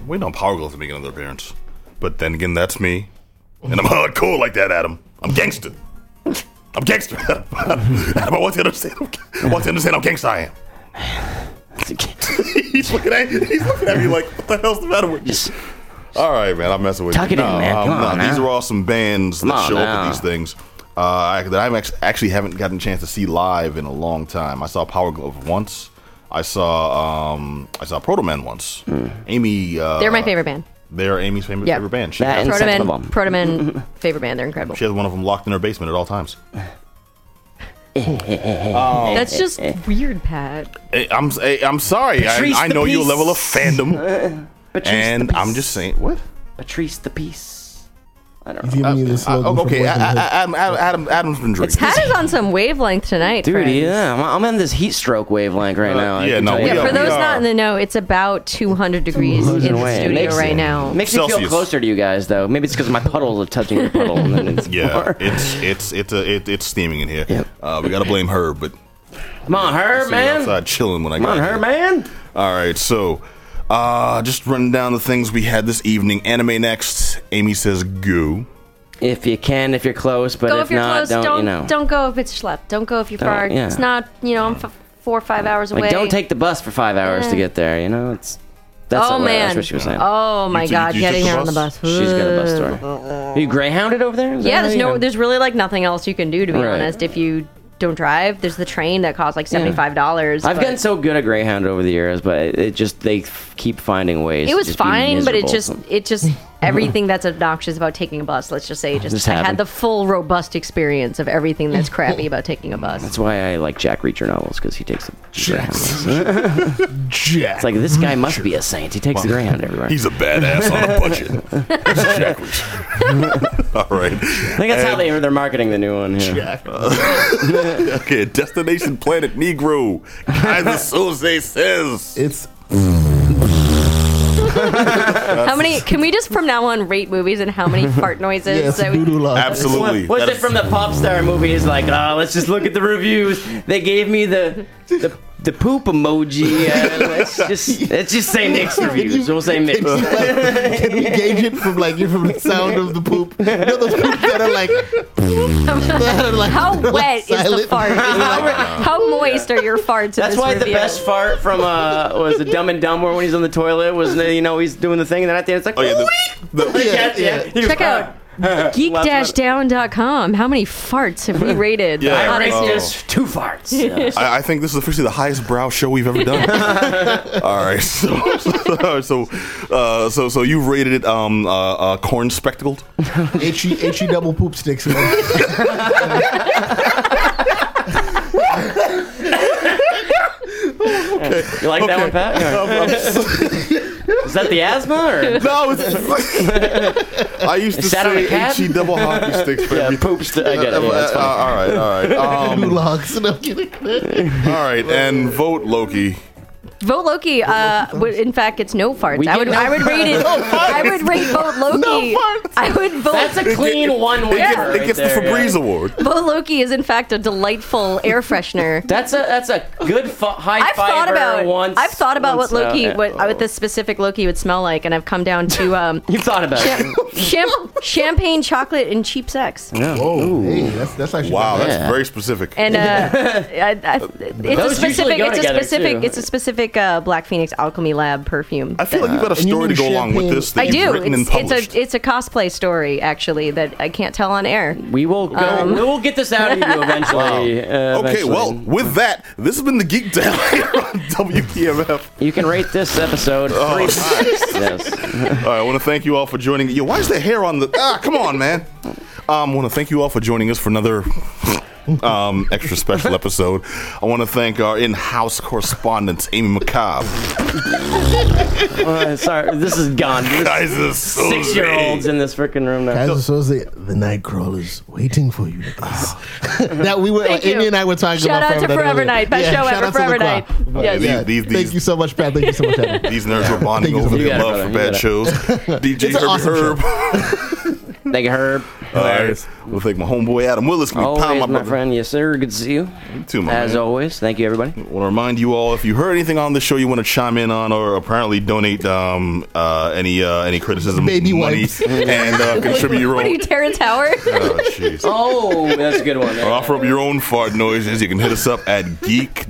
Speaker 6: Wait on Power Glove to make another appearance. But then again, that's me. And I'm hardcore like that, Adam. I'm gangster. I'm gangster. Adam, I want you to understand. I want you to understand how gangster I am. he's looking at he's looking at me like, what the hell's the matter with you?
Speaker 5: Just-
Speaker 6: All right, man. I'm messing with
Speaker 5: Tuck
Speaker 6: you.
Speaker 5: it in, man.
Speaker 6: I'm
Speaker 5: Come on
Speaker 6: not. These
Speaker 5: now.
Speaker 6: are all some bands
Speaker 5: Come
Speaker 6: that
Speaker 5: on
Speaker 6: show up
Speaker 5: now.
Speaker 6: at these things uh, I, that I have actually haven't gotten a chance to see live in a long time. I saw Power Glove once. I saw um, I saw Proto Man once.
Speaker 5: Hmm.
Speaker 6: Amy. Uh,
Speaker 3: They're my favorite band.
Speaker 6: They're Amy's favorite,
Speaker 3: Yeah.
Speaker 6: favorite band. She, has,
Speaker 5: That and-
Speaker 3: Proto
Speaker 5: Sex
Speaker 3: Man,
Speaker 5: Bomb.
Speaker 3: Proto Man, favorite band. They're incredible.
Speaker 6: she has one of them locked in her basement at all times.
Speaker 5: Oh,
Speaker 3: That's
Speaker 5: eh,
Speaker 3: just weird, Pat.
Speaker 6: Hey, I'm hey, I'm sorry. I,
Speaker 5: Patrice
Speaker 6: I
Speaker 5: the
Speaker 6: know your
Speaker 5: Beast.
Speaker 6: level of fandom,
Speaker 5: Patrice
Speaker 6: and
Speaker 5: the
Speaker 6: I'm
Speaker 5: Beast.
Speaker 6: just saying what.
Speaker 5: Patrice the Peace. I don't
Speaker 7: He's
Speaker 5: know.
Speaker 7: giving you the
Speaker 6: Uh,
Speaker 7: slogan
Speaker 6: oh,
Speaker 7: for
Speaker 6: okay,
Speaker 7: Boys
Speaker 6: I,
Speaker 7: in the Hood.
Speaker 6: I, I, Adam, Adam's been drinking.
Speaker 3: Pat is on some wavelength tonight,
Speaker 5: Dude,
Speaker 3: friends.
Speaker 5: yeah, I'm, I'm in this heat stroke wavelength right
Speaker 6: Uh,
Speaker 5: now. I
Speaker 6: yeah,
Speaker 5: can
Speaker 6: no,
Speaker 5: tell
Speaker 6: we
Speaker 5: you.
Speaker 3: Yeah,
Speaker 6: are-
Speaker 3: for
Speaker 6: we
Speaker 3: those
Speaker 6: are-
Speaker 3: not in the know, it's about 200 degrees in the
Speaker 5: Way.
Speaker 3: studio
Speaker 5: Makes-
Speaker 3: right now.
Speaker 5: Makes me feel
Speaker 6: Celsius.
Speaker 5: closer to you guys, though. Maybe it's because my puddles are touching your puddle. And then it's
Speaker 6: Yeah,
Speaker 5: more-
Speaker 6: it's it's it's a, it, it's steaming in here.
Speaker 5: Yep.
Speaker 6: Uh, we gotta blame her, but
Speaker 5: Come on, her,
Speaker 6: sitting
Speaker 5: man.
Speaker 6: outside chilling when I
Speaker 5: Come
Speaker 6: got
Speaker 5: on, her,
Speaker 6: here.
Speaker 5: man.
Speaker 6: All right, so uh, just running down the things we had this evening. Anime next. Amy says goo.
Speaker 5: If you can, if you're close, but
Speaker 3: go
Speaker 5: if,
Speaker 3: if, you're
Speaker 5: not,
Speaker 3: close.
Speaker 5: don't,
Speaker 3: Don't don't,
Speaker 5: you know.
Speaker 3: go if it's schlepp. Don't go if you're
Speaker 5: Don't-
Speaker 3: far.
Speaker 5: yeah.
Speaker 3: It's not you know I'm f- four or five hours away.
Speaker 5: Like, don't take the bus for five hours to
Speaker 3: Yeah.
Speaker 5: get there. You know, it's that's,
Speaker 3: Mm. Oh
Speaker 5: what,
Speaker 3: man.
Speaker 5: that's what she was saying.
Speaker 3: Oh my
Speaker 6: You took-
Speaker 3: god,
Speaker 6: you took
Speaker 3: getting
Speaker 6: the
Speaker 3: her on the
Speaker 6: bus?
Speaker 3: bus.
Speaker 5: She's got a bus story. Are you greyhounded over there? Is that
Speaker 3: Yeah, there's
Speaker 5: how you
Speaker 3: no
Speaker 5: know?
Speaker 3: there's really like nothing else you can do to be
Speaker 5: Right.
Speaker 3: honest. If you don't drive, there's the train that costs like seventy five dollars.
Speaker 5: I've gotten so good at Greyhound over the years, but it, it just they f- keep finding ways.
Speaker 3: It
Speaker 5: to
Speaker 3: was
Speaker 5: just be
Speaker 3: fine, but it just
Speaker 5: miserable.
Speaker 3: it just everything that's obnoxious about taking a bus. Let's just say it just,
Speaker 5: Just
Speaker 3: I had
Speaker 5: Oh, happened.
Speaker 3: the full robust experience of everything that's crappy about taking a bus.
Speaker 5: That's why I like Jack Reacher novels because he takes the Greyhound. it's
Speaker 6: Jack.
Speaker 5: like this guy must be a saint. He takes the Greyhound everywhere.
Speaker 6: He's a badass on a budget. It's Jack Reacher. All right.
Speaker 5: I think that's how they they're marketing the new one. Yeah.
Speaker 6: Okay, Destination Planet Negro. Kaiser Soze says.
Speaker 7: It's
Speaker 3: How many? Can we just from now on rate movies and how many fart noises?
Speaker 7: yeah, it's
Speaker 3: that we-
Speaker 7: doodle love.
Speaker 6: Absolutely.
Speaker 5: What-
Speaker 6: That
Speaker 5: What's it
Speaker 6: is-
Speaker 5: from the pop star movies? Like, oh, let's just look at the reviews. They gave me the the, the poop emoji. Uh, let's just let's just say mixed reviews. Don't say mixed.
Speaker 7: Can we gauge it from like you're from the sound of the poop? You know those poops that are like
Speaker 3: How wet is the
Speaker 7: Silent.
Speaker 3: fart? How, how moist are your farts? in
Speaker 5: That's
Speaker 3: this
Speaker 5: why the
Speaker 3: review?
Speaker 5: best fart from uh was the Dumb and Dumber when he's on the toilet was you know he's doing the thing and then at the end it's like
Speaker 6: Oh, yeah, the- the-
Speaker 5: yeah, yeah. He "Oh, was,
Speaker 3: Check out geek-down.com. How many farts have we rated?
Speaker 6: Yeah,
Speaker 5: I
Speaker 3: on
Speaker 5: raised
Speaker 3: a-
Speaker 6: Oh.
Speaker 5: just two farts. Yeah.
Speaker 6: I, I think this is officially the highest brow show we've ever done. all right, so so uh, so so you rated it um uh, uh corn spectacled.
Speaker 7: H-E, H-E double poop sticks. That's
Speaker 5: You like that one, Pat? Is that the asthma or
Speaker 6: No, it's, I used to
Speaker 5: Is that on
Speaker 6: say
Speaker 5: a cat?
Speaker 6: he double hockey sticks for
Speaker 5: yeah,
Speaker 6: every-
Speaker 5: poops? I get
Speaker 6: Uh,
Speaker 5: it. Yeah, that's
Speaker 6: uh,
Speaker 5: fine.
Speaker 6: all right, all right, um,
Speaker 7: doodle logs. No, kidding.
Speaker 6: all right, and vote Loki.
Speaker 3: Vote Loki. Uh, would, in fact, it's no farts.
Speaker 5: We
Speaker 3: I
Speaker 5: get
Speaker 3: would.
Speaker 5: no
Speaker 3: I would rate it. I would rate Vote Loki.
Speaker 7: farts.
Speaker 3: I would vote.
Speaker 5: That's a clean one.
Speaker 6: It gets, it gets the Febreze award.
Speaker 3: vote Loki is in fact a delightful air freshener.
Speaker 5: That's a that's a good fu- high
Speaker 3: I've thought
Speaker 5: fiber
Speaker 3: about
Speaker 5: once.
Speaker 3: I've thought about
Speaker 5: once uh,
Speaker 3: what Loki,
Speaker 5: out.
Speaker 3: what, what this specific Loki would smell like, and I've come down to um,
Speaker 5: You've thought about it.
Speaker 3: cham- cham- champagne, chocolate, and cheap sex.
Speaker 7: Whoa, hey, that's that's actually
Speaker 6: Oh. Wow, that's
Speaker 5: Yeah.
Speaker 6: very specific.
Speaker 3: And uh, I, I, it's a
Speaker 5: Those usually
Speaker 3: specific,
Speaker 5: go
Speaker 3: it's a
Speaker 5: together,
Speaker 3: specific,
Speaker 5: too.
Speaker 3: it's a specific like a Black Phoenix Alchemy Lab perfume.
Speaker 6: I feel like you've got a
Speaker 7: Uh, and you
Speaker 6: story to
Speaker 7: mean
Speaker 6: go along with
Speaker 7: champagne.
Speaker 6: this that
Speaker 3: I
Speaker 6: you've
Speaker 3: do.
Speaker 6: written and
Speaker 3: It's,
Speaker 6: published.
Speaker 3: it's a it's a cosplay story actually that I can't tell on air.
Speaker 5: We will go.
Speaker 3: Um.
Speaker 5: we'll get this out of you eventually.
Speaker 6: okay,
Speaker 5: uh, eventually.
Speaker 6: well, with that, this has been the Geek Down here on WPMF.
Speaker 5: you can rate this episode.
Speaker 6: Oh,
Speaker 5: three stars. yes.
Speaker 6: All right, I want to thank you all for joining. Yo, why is the hair on the? Ah, come on, man. Um, I want to thank you all for joining us for another um, extra special episode. I want to thank our in-house correspondent Amy McCobb.
Speaker 5: Uh, sorry, this is gone.
Speaker 6: Guys, this is so
Speaker 5: Six year olds in this freaking room now.
Speaker 7: As so is the, the night crawlers waiting for you. that we were,
Speaker 3: Thank
Speaker 7: Amy
Speaker 3: you.
Speaker 7: and I were talking
Speaker 3: Shout
Speaker 7: about
Speaker 3: out to Forever
Speaker 7: earlier.
Speaker 3: Night. Best show
Speaker 7: shout
Speaker 3: ever,
Speaker 7: out to
Speaker 3: Forever
Speaker 7: LaCroix.
Speaker 3: Night.
Speaker 6: these-
Speaker 3: Yes.
Speaker 6: these-
Speaker 7: Thank
Speaker 6: these-
Speaker 7: you so much, Brad. Thank you so much, Evan.
Speaker 6: These nerds were bonding
Speaker 7: Thank you so
Speaker 6: over
Speaker 7: much. You
Speaker 6: their
Speaker 5: got it,
Speaker 6: love
Speaker 5: brother.
Speaker 6: for
Speaker 5: You
Speaker 6: bad
Speaker 5: got it.
Speaker 6: shows.
Speaker 7: It's
Speaker 6: DJ
Speaker 7: an
Speaker 6: Herbie
Speaker 7: awesome
Speaker 6: Herb.
Speaker 5: Thank you, Herb.
Speaker 6: All right. We'll thank my homeboy Adam Willis. Can we pound
Speaker 5: Always, my
Speaker 6: brother?
Speaker 5: friend. Yes, sir. Good to see you.
Speaker 6: too, my
Speaker 5: As
Speaker 6: man.
Speaker 5: always, thank you, everybody.
Speaker 6: want to remind you all if you heard anything on the show you want to chime in on or apparently donate um, uh, any uh, any criticism
Speaker 7: Baby
Speaker 6: money
Speaker 7: wipes.
Speaker 6: and uh, contribute your
Speaker 3: What are you,
Speaker 6: own
Speaker 3: Terrence Howard?
Speaker 6: Oh, jeez.
Speaker 5: Oh, that's a good one.
Speaker 6: Or offer up your own fart noises. You can hit us up at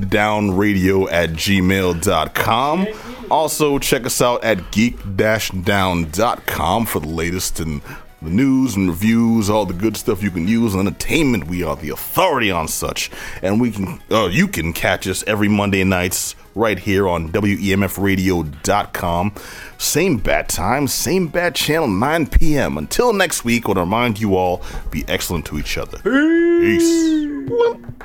Speaker 6: geekdownradio at gmail.com. Also, check us out at geek-down.com for the latest and the news and reviews, all the good stuff you can use in entertainment. We are the authority on such. And we can uh, you can catch us every Monday nights right here on E WEMFradio.com. Same bat time, same bat channel, 9 p.m. Until next week, I want to remind you all be excellent to each other. Peace.